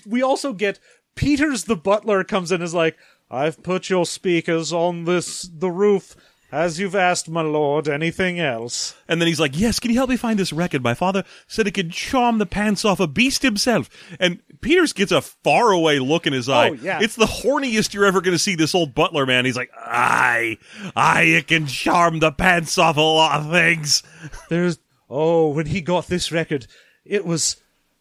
Speaker 1: we also get Peters the butler comes in and is like, I've put your speakers on this the roof as you've asked, my lord. Anything else?
Speaker 2: And then he's like, "Yes, can you help me find this record? My father said it could charm the pants off a beast himself." And Peters gets a faraway look in his eye.
Speaker 1: Oh, yeah.
Speaker 2: it's the horniest you're ever going to see this old butler man. He's like, "Aye, aye, it can charm the pants off a lot of things."
Speaker 1: There's oh, when he got this record, it was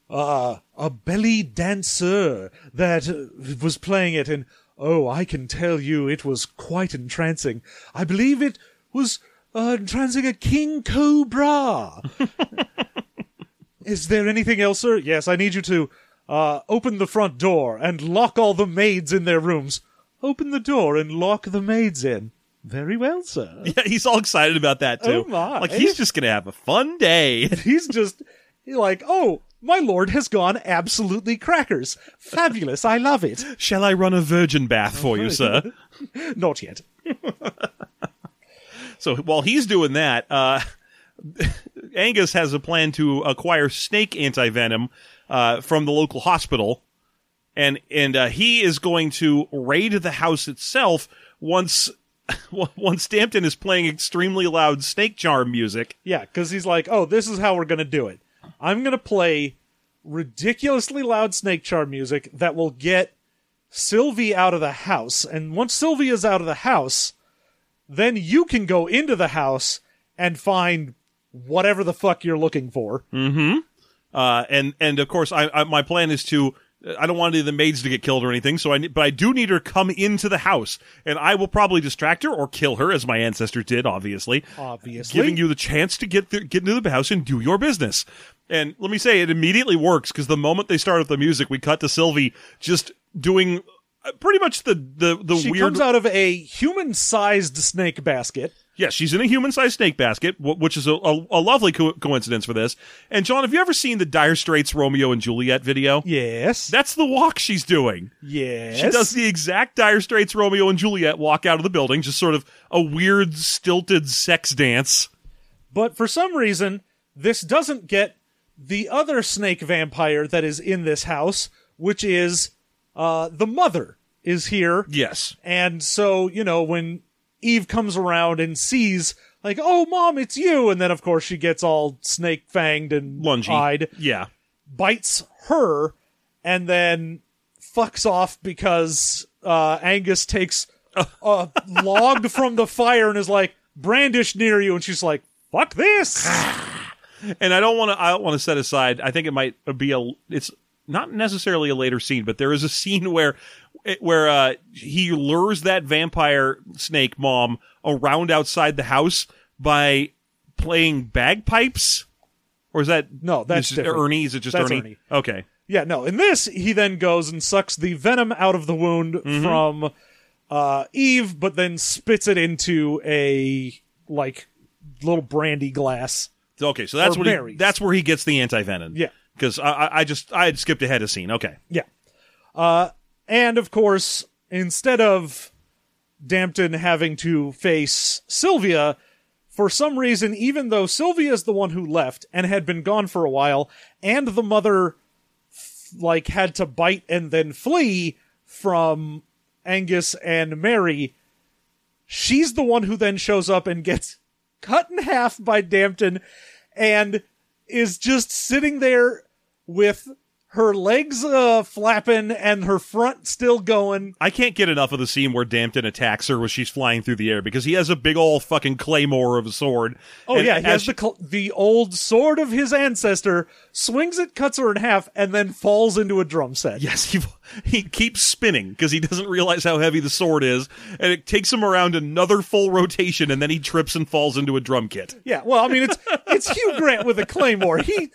Speaker 1: uh, a belly dancer that uh, was playing it, and oh, I can tell you, it was quite entrancing. I believe it was uh, entrancing a king cobra. Is there anything else, sir? Yes, I need you to uh, open the front door and lock all the maids in their rooms. Open the door and lock the maids in. Very well, sir.
Speaker 2: Yeah, he's all excited about that too.
Speaker 1: Oh, my.
Speaker 2: Like he's just gonna have a fun day.
Speaker 1: he's just he's like, oh, my lord has gone absolutely crackers. Fabulous. I love it.
Speaker 2: Shall I run a virgin bath
Speaker 1: Oh,
Speaker 2: for you, sir?
Speaker 1: Not yet.
Speaker 2: So while he's doing that, uh, Angus has a plan to acquire snake antivenom uh, from the local hospital, and and uh, he is going to raid the house itself once once Dampton is playing extremely loud snake charm music.
Speaker 1: Yeah, because he's like, oh, this is how we're going to do it. I'm going to play ridiculously loud snake charm music that will get Sylvie out of the house. And once Sylvie is out of the house, then you can go into the house and find
Speaker 2: Mm-hmm.
Speaker 1: whatever the fuck you're looking for.
Speaker 2: Uh, and and of course, I, I my plan is to I don't want any of the maids to get killed or anything, so I ne- but I do need her to come into the house, and I will probably distract her or kill her as my ancestors did, obviously.
Speaker 1: Obviously.
Speaker 2: giving you the chance to get the, get into the house and do your business. And let me say, it immediately works because the moment they start up the music, we cut to Sylvie just doing uh, pretty much the the the
Speaker 1: She
Speaker 2: weird.
Speaker 1: comes out of a human-sized snake basket.
Speaker 2: Yeah, she's in a human-sized snake basket, wh- which is a, a, a lovely co- coincidence for this. And John, have you ever seen the Dire Straits Romeo and Juliet video?
Speaker 1: Yes.
Speaker 2: That's the walk she's doing.
Speaker 1: yes.
Speaker 2: She does the exact Dire Straits Romeo and Juliet walk out of the building, just sort of a weird, stilted sex dance.
Speaker 1: But for some reason, this doesn't get the other snake vampire that is in this house, which is uh, the mother is here.
Speaker 2: Yes.
Speaker 1: And so, you know, when Eve comes around and sees, like, oh, mom, it's you. And then, of course, she gets all snake fanged and
Speaker 2: Lungy.
Speaker 1: eyed,
Speaker 2: Yeah.
Speaker 1: bites her, and then fucks off because uh, Angus takes a log from the fire and is like, brandish near you. And she's like, fuck this.
Speaker 2: and I don't want to. I don't want to set aside. I think it might be a. It's not necessarily a later scene, but there is a scene where where uh, he lures that vampire snake mom around outside the house by playing bagpipes. Or is that
Speaker 1: No, that's
Speaker 2: is it
Speaker 1: different.
Speaker 2: Ernie? Is it just
Speaker 1: That's
Speaker 2: Ernie?
Speaker 1: Ernie.
Speaker 2: Okay,
Speaker 1: Yeah, no. In this, he then goes and sucks the venom out of the wound from uh, Eve, but then spits it into a like little brandy glass.
Speaker 2: okay. So that's
Speaker 1: Or
Speaker 2: what he,
Speaker 1: berries.
Speaker 2: that's where he gets the anti venom.
Speaker 1: Yeah.
Speaker 2: because I, I I just I had skipped ahead a scene. Okay,
Speaker 1: Yeah, uh, and of course, instead of Dampton having to face Sylvia, for some reason, even though Sylvia is the one who left and had been gone for a while, and the mother like had to bite and then flee from Angus and Mary, she's the one who then shows up and gets cut in half by Dampton and is just sitting there with her legs uh, flapping and her front still going.
Speaker 2: I can't get enough of the scene where Dampton attacks her when she's flying through the air because he has a big old fucking claymore of a sword.
Speaker 1: Oh
Speaker 2: And
Speaker 1: yeah, he
Speaker 2: as
Speaker 1: has
Speaker 2: she-
Speaker 1: the cl- the old sword of his ancestor, swings it, cuts her in half, and then falls into a drum set.
Speaker 2: Yes, he he keeps spinning because he doesn't realize how heavy the sword is, and it takes him around another full rotation, and then he trips and falls into a drum kit.
Speaker 1: Yeah, well, I mean, it's it's Hugh Grant with a claymore. He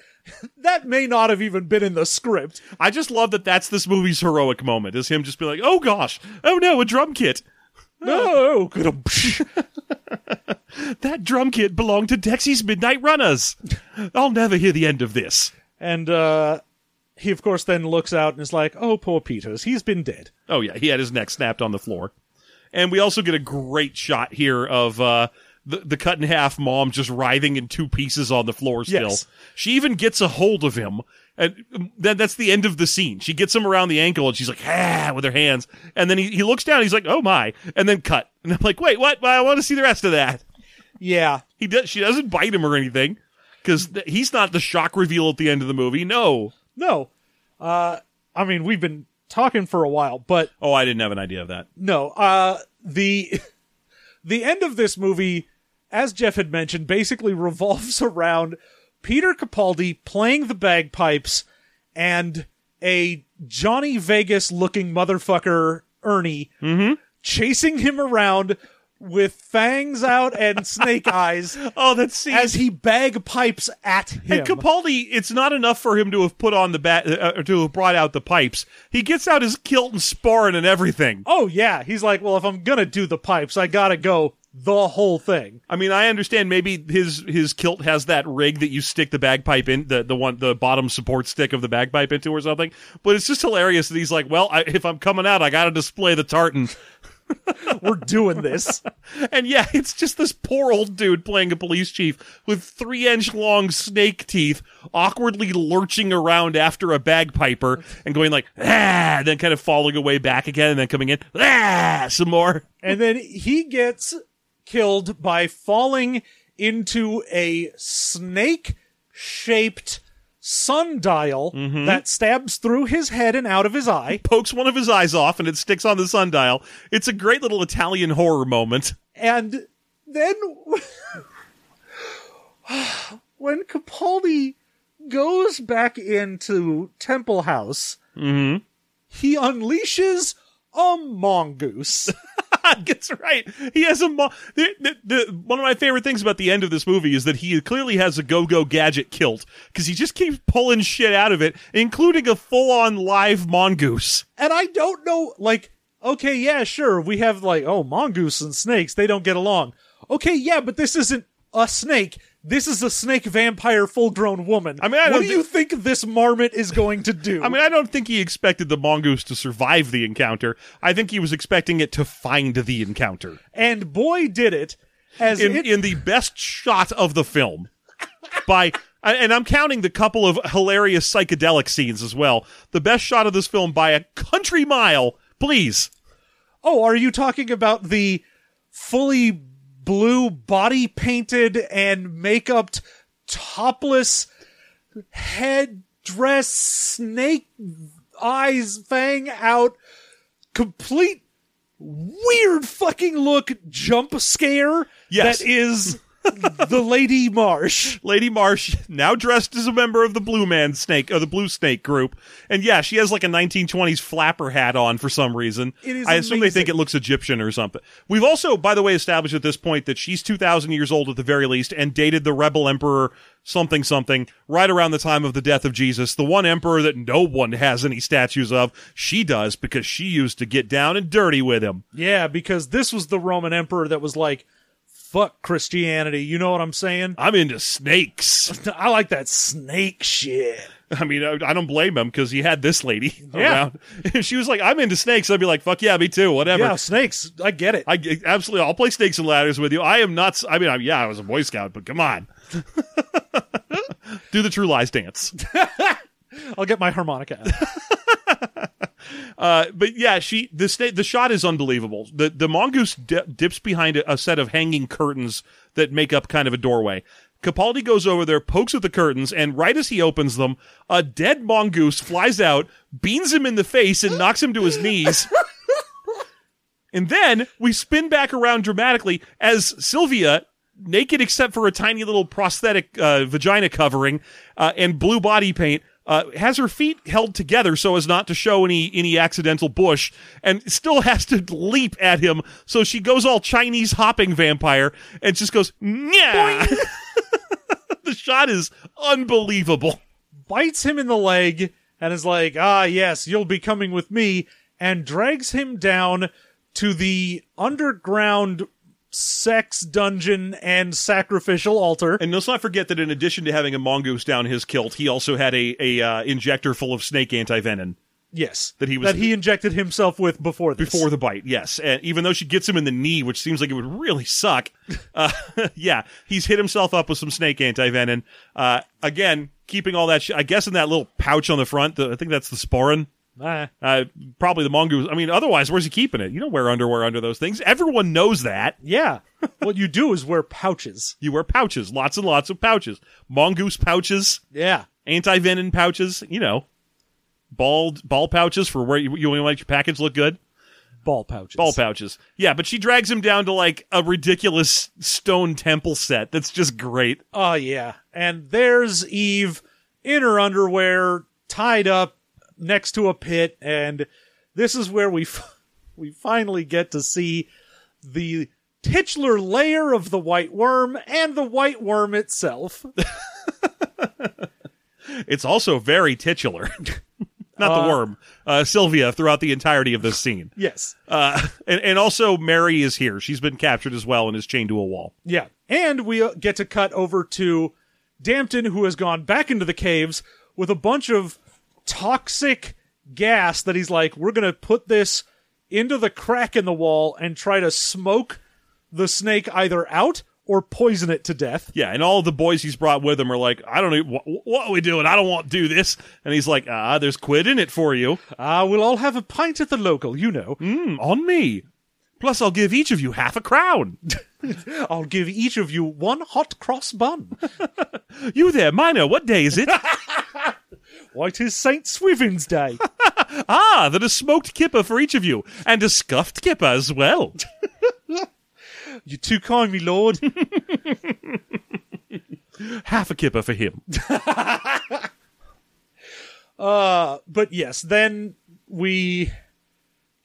Speaker 1: that may not have even been in the script.
Speaker 2: I just love that that's this movie's heroic moment is him just being like, "Oh gosh, oh no, a drum kit!
Speaker 1: No,
Speaker 2: That drum kit belonged to Dexy's Midnight Runners. I'll never hear the end of this."
Speaker 1: and uh, he of course then looks out and is like, "Oh, poor Peters, he's been dead."
Speaker 2: Oh yeah, he had his neck snapped on the floor, and we also get a great shot here of uh, the the cut in half mom just writhing in two pieces on the floor. Still,
Speaker 1: Yes.
Speaker 2: she even gets a hold of him, and then that's the end of the scene. She gets him around the ankle, and she's like, ah, with her hands, and then he, he looks down, and he's like, oh my, and then cut, and I'm like, wait, what? I want to see the rest of that.
Speaker 1: Yeah,
Speaker 2: He does. She doesn't bite him or anything. Because th- he's not the shock reveal at the end of the movie. No.
Speaker 1: no, uh, I mean, we've been talking for a while, but
Speaker 2: Oh, I didn't have an idea of that.
Speaker 1: no, uh, the the end of this movie, as Jeff had mentioned, basically revolves around Peter Capaldi playing the bagpipes and a Johnny Vegas looking motherfucker Ernie chasing him around with fangs out and snake eyes
Speaker 2: Oh, that scene.
Speaker 1: as he bagpipes at him.
Speaker 2: And Capaldi, it's not enough for him to have put on the bat, uh, to have brought out the pipes. He gets out his kilt and sparring and everything.
Speaker 1: oh yeah, he's like, well, if I'm gonna do the pipes, I gotta go the whole thing.
Speaker 2: I mean, I understand maybe his his kilt has that rig that you stick the bagpipe in, the the one the bottom support stick of the bagpipe into or something. But it's just hilarious that he's like, well, I, if I'm coming out, I got to display the tartan.
Speaker 1: We're doing this.
Speaker 2: And yeah, it's just this poor old dude playing a police chief with three inch long snake teeth, awkwardly lurching around after a bagpiper and going like, ah, and then kind of falling away back again and then coming in, ah, some more.
Speaker 1: and then he gets killed by falling into a snake shaped sundial that stabs through his head and out of his eye.
Speaker 2: Pokes one of his eyes off and it sticks on the sundial. It's a great little Italian horror moment.
Speaker 1: And then when Capaldi goes back into Temple House
Speaker 2: Mm-hmm.
Speaker 1: he unleashes a mongoose.
Speaker 2: That's right. He has a mo- the, the, the, one of my favorite things about the end of this movie is that he clearly has a go-go gadget kilt because he just keeps pulling shit out of it, including a full-on live mongoose.
Speaker 1: and I don't know, like, okay, yeah, sure, we have like, oh, mongoose and snakes, they don't get along. Okay, yeah, but this isn't a snake. This is a snake vampire full grown woman.
Speaker 2: I mean, I
Speaker 1: what
Speaker 2: don't
Speaker 1: do
Speaker 2: thi-
Speaker 1: you think this marmot is going to do?
Speaker 2: I mean, I don't think he expected the mongoose to survive the encounter. I think he was expecting it to find the encounter
Speaker 1: and boy, did it. As
Speaker 2: in
Speaker 1: it,
Speaker 2: in the best shot of the film by. And I'm counting the couple of hilarious psychedelic scenes as well. The best shot of this film by a country mile, please.
Speaker 1: oh, are you talking about the fully blue body painted and makeup topless head dress snake eyes fang out complete weird fucking look jump scare
Speaker 2: Yes.
Speaker 1: that is the lady marsh
Speaker 2: Lady Marsh, now dressed as a member of the Blue Man Snake or the Blue Snake group, and yeah, she has like a 1920s flapper hat on for some reason.
Speaker 1: It is
Speaker 2: I assume they
Speaker 1: amazing.
Speaker 2: think it looks Egyptian or something. We've also, by the way, established at this point that she's 2,000 years old at the very least, and dated the Rebel Emperor something something right around the time of the death of Jesus, the one emperor that no one has any statues of. She does because she used to get down and dirty with him.
Speaker 1: yeah because this was the roman emperor that was like fuck christianity you know what i'm saying
Speaker 2: I'm into snakes.
Speaker 1: i like that snake shit
Speaker 2: I mean, I, I don't blame him because he had this lady
Speaker 1: Yeah.
Speaker 2: around. If she was like, "I'm into snakes," I'd be like, "Fuck yeah, me too. Whatever."
Speaker 1: yeah snakes i get it
Speaker 2: I g- absolutely, I'll play snakes and ladders with you. I am not. s- I mean, I'm, yeah, I was a Boy Scout, but come on, do the True Lies dance.
Speaker 1: i'll get my harmonica out
Speaker 2: Uh, but yeah, she the sna- the shot is unbelievable. The the mongoose di- dips behind a, a set of hanging curtains that make up kind of a doorway. Capaldi goes over there, pokes at the curtains, and right as he opens them, a dead mongoose flies out, beans him in the face, and knocks him to his knees. And then we spin back around dramatically as Sylvia, naked except for a tiny little prosthetic uh, vagina covering uh, and blue body paint, uh, has her feet held together so as not to show any any accidental bush, and still has to leap at him. So she goes all Chinese hopping vampire and just goes yeah. the shot is unbelievable.
Speaker 1: bites him in the leg and is like, ah, yes, you'll be coming with me, and drags him down to the underground sex dungeon and sacrificial altar.
Speaker 2: And let's not forget that in addition to having a mongoose down his kilt, he also had a a uh, injector full of snake anti venom.
Speaker 1: yes.
Speaker 2: That he was-
Speaker 1: that he injected himself with before this.
Speaker 2: before the bite. Yes, and even though she gets him in the knee, which seems like it would really suck. Uh, yeah, he's hit himself up with some snake anti venom. Uh, again, keeping all that. Sh- I guess in that little pouch on the front. The, I think that's the sporin.
Speaker 1: Ah.
Speaker 2: Uh, probably the mongoose. I mean, otherwise, where's he keeping it? You don't wear underwear under those things. Everyone knows that.
Speaker 1: yeah. what you do is wear pouches.
Speaker 2: You wear pouches, lots and lots of pouches. Mongoose pouches,
Speaker 1: Yeah.
Speaker 2: anti venom pouches. You know, bald ball pouches for where you, you want to make your package look good.
Speaker 1: Ball pouches.
Speaker 2: Ball pouches. Yeah, but she drags him down to like a ridiculous stone temple set that's just great.
Speaker 1: Oh, yeah. And there's Eve in her underwear, tied up next to a pit. And this is where we, f- we finally get to see the titular layer of the white worm and the white worm itself.
Speaker 2: It's also very titular. Not the worm. Uh, Sylvia throughout the entirety of this scene.
Speaker 1: yes.
Speaker 2: Uh, and, and also, Mary is here. She's been captured as well and is chained to a wall.
Speaker 1: Yeah. And we uh, get to cut over to Dampton, who has gone back into the caves with a bunch of toxic gas that he's like, we're going to put this into the crack in the wall and try to smoke the snake either out or poison it to death.
Speaker 2: Yeah, and all the boys he's brought with him are like, I don't know, wh- what are we doing? I don't want to do this. And he's like, ah, there's quid in it for you.
Speaker 1: Ah, we'll all have a pint at the local, you know.
Speaker 2: Mm, on me. Plus, I'll give each of you half a crown.
Speaker 1: I'll give each of you one hot cross bun.
Speaker 2: you there, Miner, what day is it?
Speaker 1: White is St. Swithin's Day.
Speaker 2: Ah, that a smoked kipper for each of you, and a scuffed kipper as well.
Speaker 1: You're too kind, me lord.
Speaker 2: Half a kipper for him.
Speaker 1: but yes, then we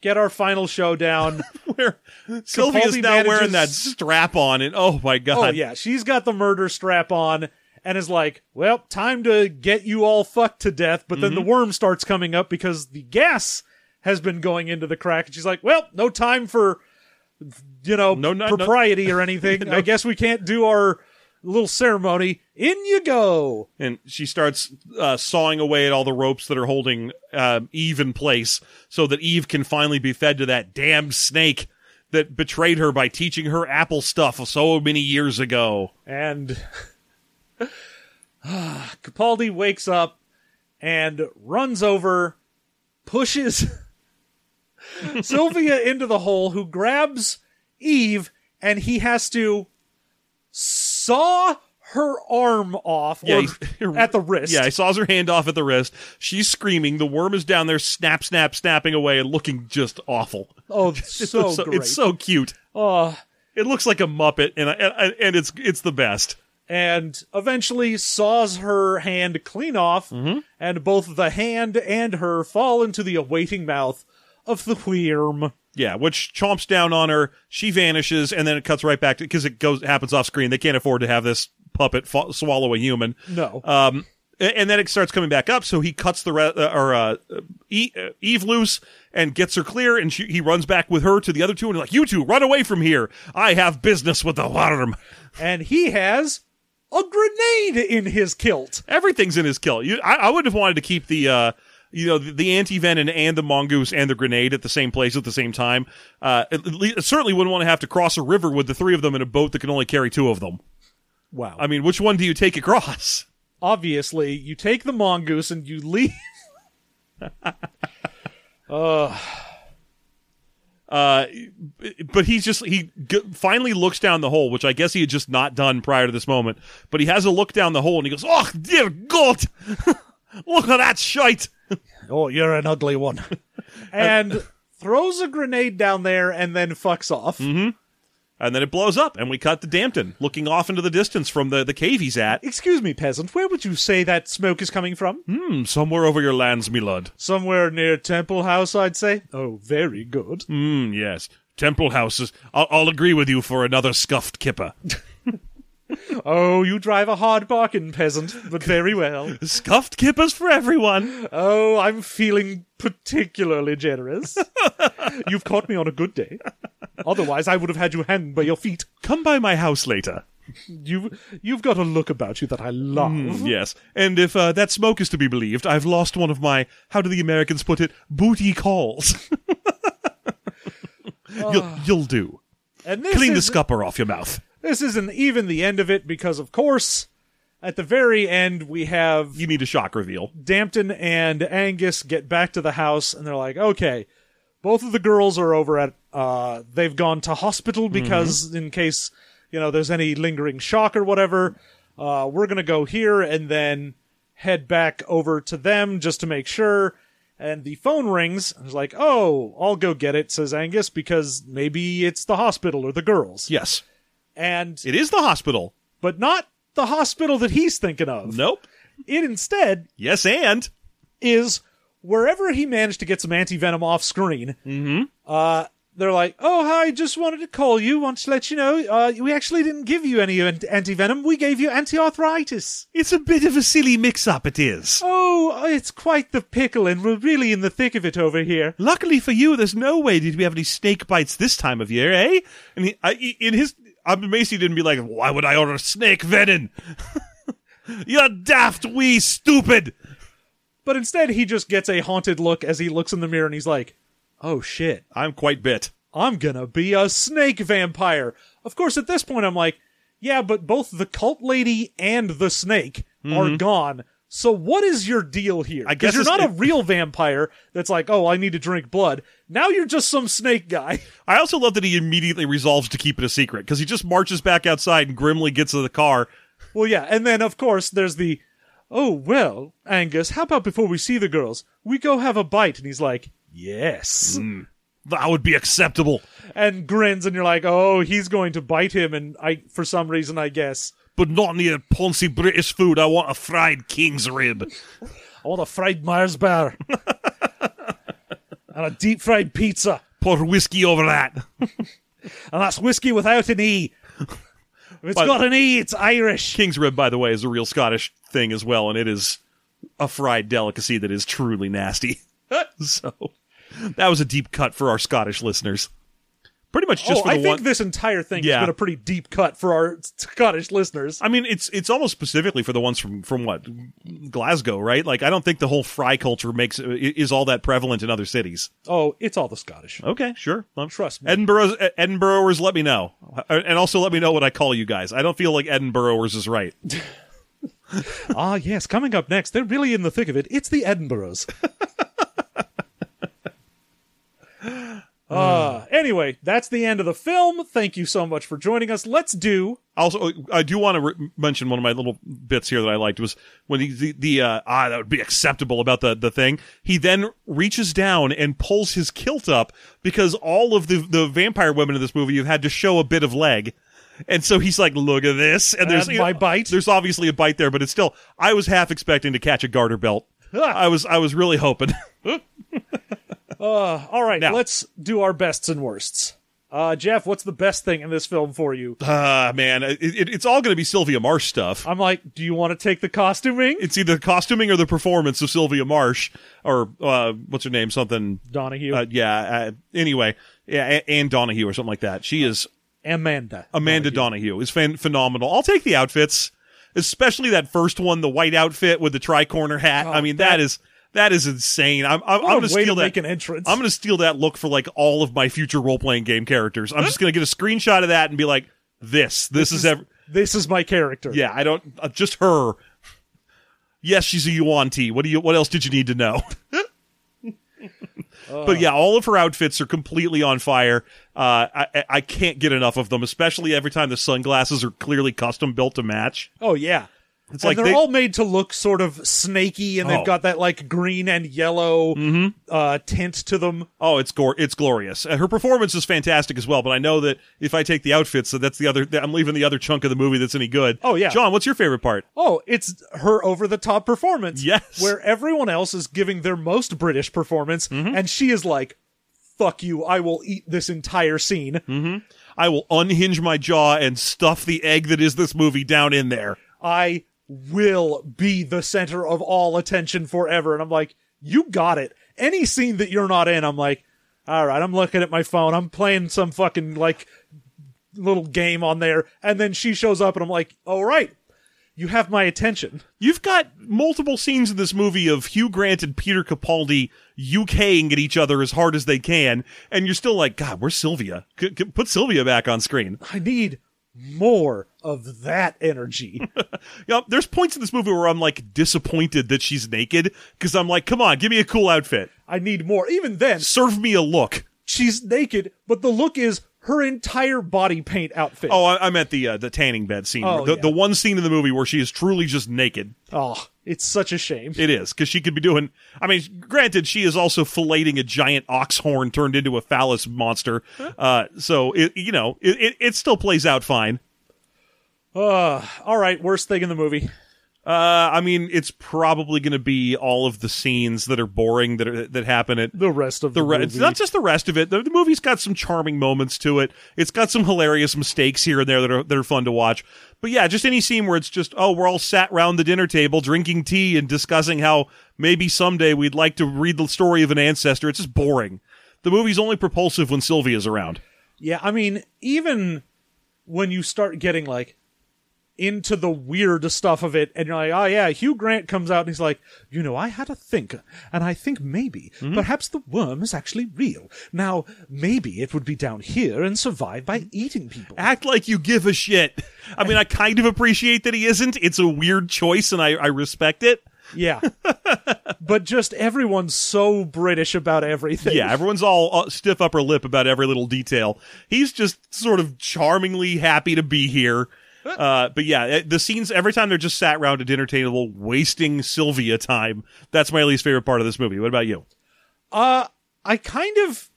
Speaker 1: get our final showdown.
Speaker 2: Where Sylvia's now wearing
Speaker 1: manages-
Speaker 2: that strap on, and oh my god,
Speaker 1: oh yeah, she's got the murder strap on and is like, "Well, time to get you all fucked to death." But
Speaker 2: Mhm.
Speaker 1: then the worm starts coming up because the gas has been going into the crack, and she's like, "Well, no time for you know
Speaker 2: No, no, no.
Speaker 1: propriety or anything. I guess we can't do our little ceremony." In you go.
Speaker 2: and she starts uh, sawing away at all the ropes that are holding uh, Eve in place, so that Eve can finally be fed to that damned snake that betrayed her by teaching her apple stuff so many years ago.
Speaker 1: And ah, Capaldi wakes up and runs over, pushes Sylvia into the hole, who grabs Eve, and he has to saw her arm off
Speaker 2: Yeah,
Speaker 1: or
Speaker 2: he's-
Speaker 1: at the wrist.
Speaker 2: Yeah, he saws her hand off at the wrist. She's screaming. The worm is down there, snap, snap, snapping away, and looking just awful.
Speaker 1: Oh, so,
Speaker 2: it's, so,
Speaker 1: great.
Speaker 2: it's so cute.
Speaker 1: Oh,
Speaker 2: It looks like a Muppet, and I- and, I- and it's it's the best.
Speaker 1: and eventually saws her hand clean off,
Speaker 2: Mm-hmm.
Speaker 1: and both the hand and her fall into the awaiting mouth of the worm.
Speaker 2: Yeah, which chomps down on her. She vanishes, and then it cuts right back to because it goes happens off screen. They can't afford to have this puppet fa- swallow a human.
Speaker 1: No.
Speaker 2: Um, a- and then it starts coming back up. So he cuts the re- uh, or uh, e- uh, Eve loose and gets her clear, and she, he runs back with her to the other two and like, "You two, run away from here! I have business with the worm."
Speaker 1: and he has a grenade in his kilt.
Speaker 2: Everything's in his kill. You, I, I would have wanted to keep the, uh, you know, the, the anti venom and the mongoose and the grenade at the same place at the same time. Uh, at least, certainly wouldn't want to have to cross a river with the three of them in a boat that can only carry two of them.
Speaker 1: Wow.
Speaker 2: I mean, which one do you take across?
Speaker 1: Obviously, you take the mongoose and you leave.
Speaker 2: Uh, but he's just he g- finally looks down the hole, which I guess he had just not done prior to this moment. But he has a look down the hole and he goes, "Oh dear God, look at that shite!"
Speaker 1: Oh, you're an ugly one. and throws a grenade down there and then fucks off.
Speaker 2: And then it blows up, and we cut to Dampton looking off into the distance from the the cave he's at.
Speaker 1: Excuse me, peasant, where would you say that smoke is coming from?
Speaker 2: Somewhere over your lands, me lud.
Speaker 1: Somewhere near Temple House, I'd say. Oh, very good.
Speaker 2: Mm, yes. Temple houses. I'll, I'll agree with you for another scuffed kipper.
Speaker 1: Oh, you drive a hard bargain, peasant, but very well.
Speaker 2: scuffed kippers for everyone.
Speaker 1: Oh, I'm feeling particularly generous. You've caught me on a good day. Otherwise, I would have had you hanged by your feet.
Speaker 2: Come by my house later. Hmm,
Speaker 1: You you've got a look about you that I love.
Speaker 2: Yes. And if uh, that smoke is to be believed, I've lost one of my, how do the Americans put it, booty calls. you'll, you'll do.
Speaker 1: And this
Speaker 2: Clean the
Speaker 1: is,
Speaker 2: scupper off your mouth.
Speaker 1: this isn't even the end of it because of course at the very end we have
Speaker 2: You need a shock reveal.
Speaker 1: Dampton and Angus get back to the house and they're like, "Okay, both of the girls are over at uh they've gone to hospital because in case, you know, there's any lingering shock or whatever, uh we're going to go here and then head back over to them just to make sure." And the phone rings. And it's like, "Oh, I'll go get it," says Angus because maybe it's the hospital or the girls.
Speaker 2: Yes.
Speaker 1: And
Speaker 2: It is the hospital.
Speaker 1: but not the hospital that he's thinking of.
Speaker 2: Nope.
Speaker 1: It instead
Speaker 2: Yes, and.
Speaker 1: is wherever he managed to get some anti venom off screen, mm-hmm. uh, they're like, "Oh, hi! Just wanted to call you. Want to let you know uh, we actually didn't give you any anti venom. We gave you anti arthritis.
Speaker 2: It's a bit of a silly mix up, it is.
Speaker 1: Oh, it's quite the pickle, and we're really in the thick of it over here."
Speaker 2: Luckily for you, there's no way did we have any snake bites this time of year, eh? And he, I, he- in his, I'm amazed he didn't be like, why would I order snake venom? You're daft, wee stupid.
Speaker 1: But instead, he just gets a haunted look as he looks in the mirror, and he's like, "Oh shit,
Speaker 2: I'm quite bit.
Speaker 1: I'm gonna be a snake vampire." Of course, at this point, I'm like, "Yeah, but both the cult lady and the snake are gone." So what is your deal here?
Speaker 2: Mm-hmm. I guess
Speaker 1: you're
Speaker 2: it's-
Speaker 1: not a real vampire that's like, "Oh, I need to drink blood." Now you're just some snake guy.
Speaker 2: I also love that he immediately resolves to keep it a secret because he just marches back outside and grimly gets to the car.
Speaker 1: well, yeah, and then of course there's the, "Oh well, Angus, how about before we see the girls, we go have a bite?" And he's like, "Yes."
Speaker 2: Mm. That would be acceptable,
Speaker 1: and grins and you're like oh he's going to bite him and i for some reason i guess
Speaker 2: but not near poncy British food. I want a fried king's rib.
Speaker 1: I want a fried Mars bar and a deep fried pizza,
Speaker 2: Pour whiskey over that.
Speaker 1: and that's whiskey without an E. If it's
Speaker 2: But-
Speaker 1: got an E, it's Irish.
Speaker 2: King's rib, by the way, is a real Scottish thing as well, and it is a fried delicacy that is truly nasty. so that was a deep cut for our Scottish listeners. Pretty much
Speaker 1: oh,
Speaker 2: just for
Speaker 1: I
Speaker 2: the
Speaker 1: think
Speaker 2: one.
Speaker 1: this entire thing
Speaker 2: Yeah.
Speaker 1: has been a pretty deep cut for our Scottish listeners.
Speaker 2: I mean, it's it's almost specifically for the ones from from what Glasgow, right? Like, I don't think the whole fry culture makes i- is all that prevalent in other cities.
Speaker 1: Oh, it's all the Scottish.
Speaker 2: Okay, sure. Um,
Speaker 1: Trust me.
Speaker 2: Edinburgh's, Edinburghers, let me know, Uh, and also let me know what I call you guys. I don't feel like Edinburghers is right.
Speaker 1: ah, yes. Coming up next, they're really in the thick of it. It's the Edinburghs. uh, anyway, that's the end of the film. Thank you so much for joining us. Let's do.
Speaker 2: Also, oh, I do want to re- mention one of my little bits here that I liked was when he, the, the uh, ah, that would be acceptable about the, the thing. He then reaches down and pulls his kilt up because all of the, the vampire women in this movie have had to show a bit of leg. And so he's like, look at this. And there's
Speaker 1: And my bite.
Speaker 2: There's obviously a bite there, but it's still, I was half expecting to catch a garter belt. I was, I was really hoping.
Speaker 1: All right,
Speaker 2: Now.
Speaker 1: let's do our bests and worsts. Uh, Jeff, what's the best thing in this film for you?
Speaker 2: Ah, man, it, it, it's all going to be Sylvia Marsh stuff.
Speaker 1: I'm like, do you want to take the costuming?
Speaker 2: it's either the costuming or the performance of Sylvia Marsh or uh, what's her name, something.
Speaker 1: Donahue.
Speaker 2: Uh, yeah. Uh, anyway, yeah, A- Anne Donahue or something like that. She is
Speaker 1: Amanda.
Speaker 2: Amanda Donahue, is phen phenomenal. I'll take the outfits, especially that first one, the white outfit with the tricorner hat. I mean, that is that is insane. I'm I'm, I'm
Speaker 1: Oh, What
Speaker 2: gonna
Speaker 1: a way to
Speaker 2: steal that.
Speaker 1: make an entrance.
Speaker 2: I'm gonna steal that look for like all of my future role playing game characters. I'm just gonna get a screenshot of that and be like, this, this, is, ev-
Speaker 1: this is my character.
Speaker 2: yeah, I don't. Uh, just her. Yes, she's a Yuan T. What do you? What else did you need to know? but yeah, all of her outfits are completely on fire. Uh, I I- I can't get enough of them, especially every time the sunglasses are clearly custom built to match.
Speaker 1: Oh yeah. It's
Speaker 2: like
Speaker 1: they're
Speaker 2: they-
Speaker 1: all made to look sort of snaky, and
Speaker 2: Oh. Mm-hmm.
Speaker 1: they've got that like green and yellow uh, tint to them.
Speaker 2: Oh, it's gore! It's glorious. Uh, her performance is fantastic as well. But I know that if I take the outfits, so that's the other. I'm leaving the other chunk of the movie that's any good.
Speaker 1: Oh, yeah.
Speaker 2: John, what's your favorite part?
Speaker 1: Oh, it's her over the top performance.
Speaker 2: Yes.
Speaker 1: where everyone else is giving their most British performance,
Speaker 2: Mm-hmm.
Speaker 1: and she is like, "Fuck you! I will eat this entire scene."
Speaker 2: I will unhinge my jaw and stuff the egg that is this movie down in there.
Speaker 1: I will be the center of all attention forever. And I'm like, you got it. Any scene that you're not in, I'm like, all right, I'm looking at my phone. I'm playing some fucking like little game on there. And then she shows up and I'm like, all right, you have my attention.
Speaker 2: You've got multiple scenes in this movie of Hugh Grant and Peter Capaldi UKing at each other as hard as they can, and you're still like, God, where's Sylvia? C- c- put Sylvia back on screen.
Speaker 1: I need more of that energy.
Speaker 2: You know, there's points in this movie where I'm like disappointed that she's naked because I'm like, come on, give me a cool outfit,
Speaker 1: I need more. Even then,
Speaker 2: serve me a look.
Speaker 1: she's naked, but the look is her entire body paint outfit.
Speaker 2: Oh, I, I meant the uh, the tanning bed scene,
Speaker 1: Oh,
Speaker 2: the,
Speaker 1: yeah.
Speaker 2: the one scene in the movie where she is truly just naked.
Speaker 1: oh it's such a shame.
Speaker 2: It is because she could be doing. I mean, granted, she is also filleting a giant ox horn turned into a phallus monster. Uh, so it, you know, it, it, it still plays out fine.
Speaker 1: All right, worst thing in the movie.
Speaker 2: Uh, I mean, it's probably going to be all of the scenes that are boring that are, that happen at
Speaker 1: The rest of the,
Speaker 2: the re- it's
Speaker 1: movie.
Speaker 2: not just the rest of it. The, the movie's got some charming moments to it. It's got some hilarious mistakes here and there that are that are fun to watch. But yeah, just any scene where it's just oh, we're all sat round the dinner table drinking tea and discussing how maybe someday we'd like to read the story of an ancestor. It's just boring. The movie's only propulsive when Sylvia's around.
Speaker 1: Yeah, I mean, even when you start getting like into the weird stuff of it, and you're like, oh yeah, Hugh Grant comes out and he's like, you know, I had a think, and I think maybe, perhaps the worm is actually real. Now, maybe it would be down here and survive by eating people.
Speaker 2: Act like you give a shit. I mean, I kind of appreciate that he isn't. It's a weird choice, and I, I respect it.
Speaker 1: Yeah. but just everyone's so British about everything.
Speaker 2: Yeah, everyone's all uh, stiff upper lip about every little detail. He's just sort of charmingly happy to be here. Uh, but yeah, eh, the scenes every time they're just sat around a dinner table wasting Sylvia time. That's my least favorite part of this movie. What about you?
Speaker 1: I kind of.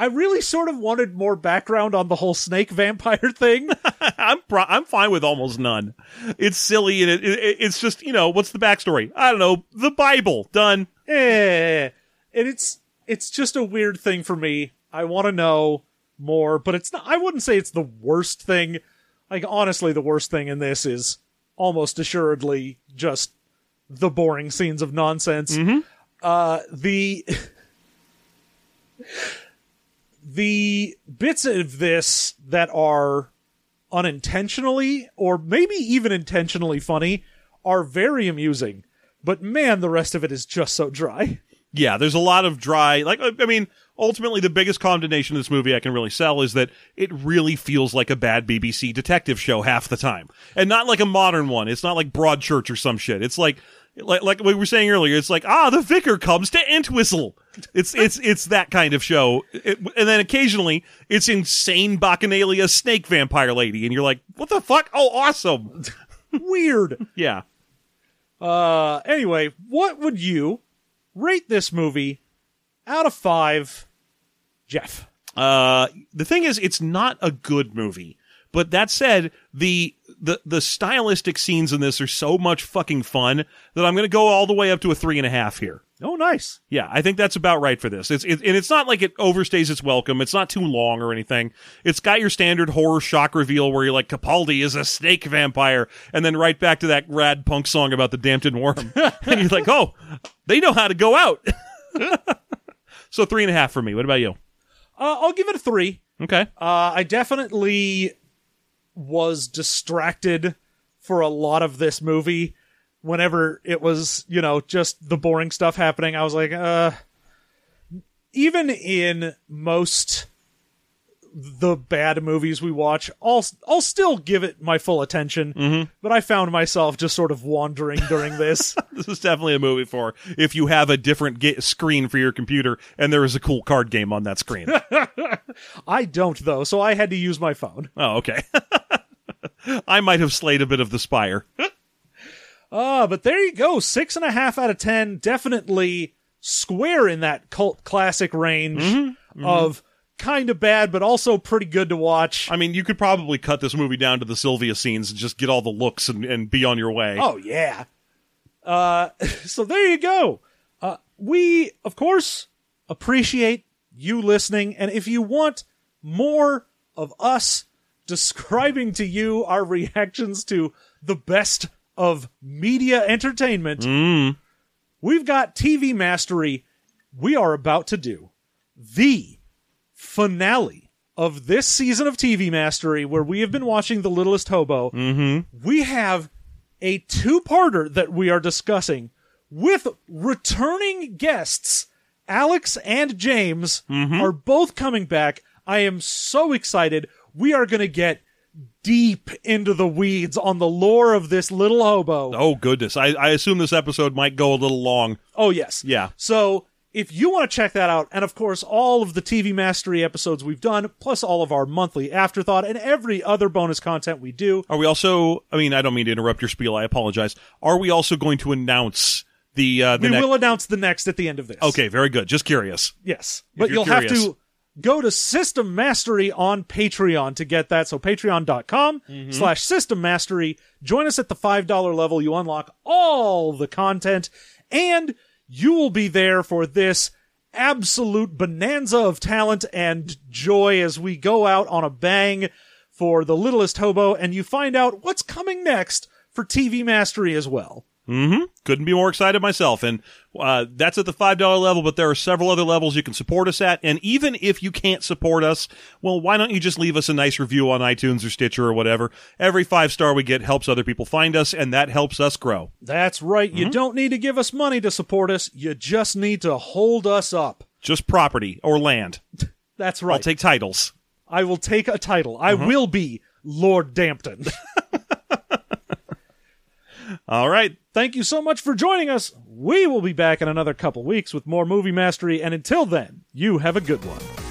Speaker 1: I really sort of wanted more background on the whole snake vampire thing
Speaker 2: I'm pro- I'm fine with almost none. It's silly and it, it it's just you know what's the backstory? I don't know. The Bible done.
Speaker 1: Eh. And it's it's just a weird thing for me. I want to know more, but it's not I wouldn't say it's the worst thing. Like honestly, the worst thing in this is almost assuredly just the boring scenes of nonsense. Uh the the bits of this that are unintentionally or maybe even intentionally funny are very amusing. But man, the rest of it is just so dry.
Speaker 2: Yeah, there's a lot of dry. Like, I I mean, ultimately, the biggest condemnation of this movie I can really sell is that it really feels like a bad BBC detective show half the time, and not like a modern one. It's not like Broadchurch or some shit. It's like, like, like we were saying earlier. It's like, ah, the vicar comes to Entwhistle. It's it's it's that kind of show, It- and then occasionally it's insane bacchanalia, snake vampire lady, and you're like, what the fuck? Oh, awesome!
Speaker 1: Weird.
Speaker 2: Yeah.
Speaker 1: Uh, anyway, what would you rate this movie out of five, Jeff?
Speaker 2: Uh, the thing is, it's not a good movie. But that said, the the the stylistic scenes in this are so much fucking fun that I'm going to go all the way up to a three and a half here.
Speaker 1: Oh, nice.
Speaker 2: Yeah, I think that's about right for this. It's it, and it's not like it overstays its welcome. It's not too long or anything. It's got your standard horror shock reveal where you're like Capaldi is a snake vampire, and then right back to that rad punk song about the Dampton worm, and you're like, oh, they know how to go out. so three and a half for me. What about you?
Speaker 1: Uh, I'll give it a three.
Speaker 2: Okay.
Speaker 1: Uh, I definitely was distracted for a lot of this movie. Whenever it was, you know, just the boring stuff happening, I was like, uh. Even in most the bad movies we watch, I'll I'll still give it my full attention. But I found myself just sort of wandering during this.
Speaker 2: This is definitely a movie for if you have a different ga- screen for your computer and there is a cool card game on that screen.
Speaker 1: I don't though, so I had to use my phone.
Speaker 2: oh, okay. I might have slayed a bit of the spire.
Speaker 1: Uh, but there you go. Six and a half out of ten. Definitely square in that cult classic range of kind of bad, but also pretty good to watch.
Speaker 2: I mean, you could probably cut this movie down to the Sylvia scenes and just get all the looks and, and be on your way.
Speaker 1: oh, yeah. Uh, so there you go. Uh, we, of course, appreciate you listening. And if you want more of us describing to you our reactions to the best of media entertainment, we've got TV Mastery. We are about to do the finale of this season of TV Mastery, where we have been watching The Littlest Hobo. Mm-hmm. We have a two parter that we are discussing with returning guests. Alex and James
Speaker 2: Mm-hmm.
Speaker 1: are both coming back. I am so excited. We are going to get deep into the weeds on the lore of this little hobo.
Speaker 2: Oh, goodness. I, I assume this episode might go a little long.
Speaker 1: Oh, yes.
Speaker 2: Yeah.
Speaker 1: So if you want to check that out, and of course, all of the TV Mastery episodes we've done, plus all of our monthly afterthought and every other bonus content we do,
Speaker 2: Are we also, I mean, I don't mean to interrupt your spiel. I apologize. Are we also going to announce the, uh, the
Speaker 1: we
Speaker 2: next-
Speaker 1: will announce the next at the end of this.
Speaker 2: Okay, very good. Just curious.
Speaker 1: Yes. But
Speaker 2: you're
Speaker 1: you'll have
Speaker 2: curious.
Speaker 1: to go to System Mastery on Patreon to get that. So patreon.com
Speaker 2: Mm-hmm.
Speaker 1: slash system mastery. Join us at the $5 level. You unlock all the content and you will be there for this absolute bonanza of talent and joy as we go out on a bang for the littlest hobo and you find out what's coming next for TV Mastery as well.
Speaker 2: couldn't be more excited myself and uh, that's at the $5 level but there are several other levels you can support us at and even if you can't support us well why don't you just leave us a nice review on itunes or stitcher or whatever every five star we get helps other people find us and that helps us grow
Speaker 1: That's right.
Speaker 2: Mm-hmm.
Speaker 1: You don't need to give us money to support us. You just need to hold us up.
Speaker 2: just property or land
Speaker 1: That's
Speaker 2: i'll
Speaker 1: right.
Speaker 2: take Mm-hmm. titles
Speaker 1: I will take a title. I will be Lord Dampton.
Speaker 2: all right
Speaker 1: Thank you so much for joining us. We will be back in another couple weeks with more movie mastery, and until then, you have a good one.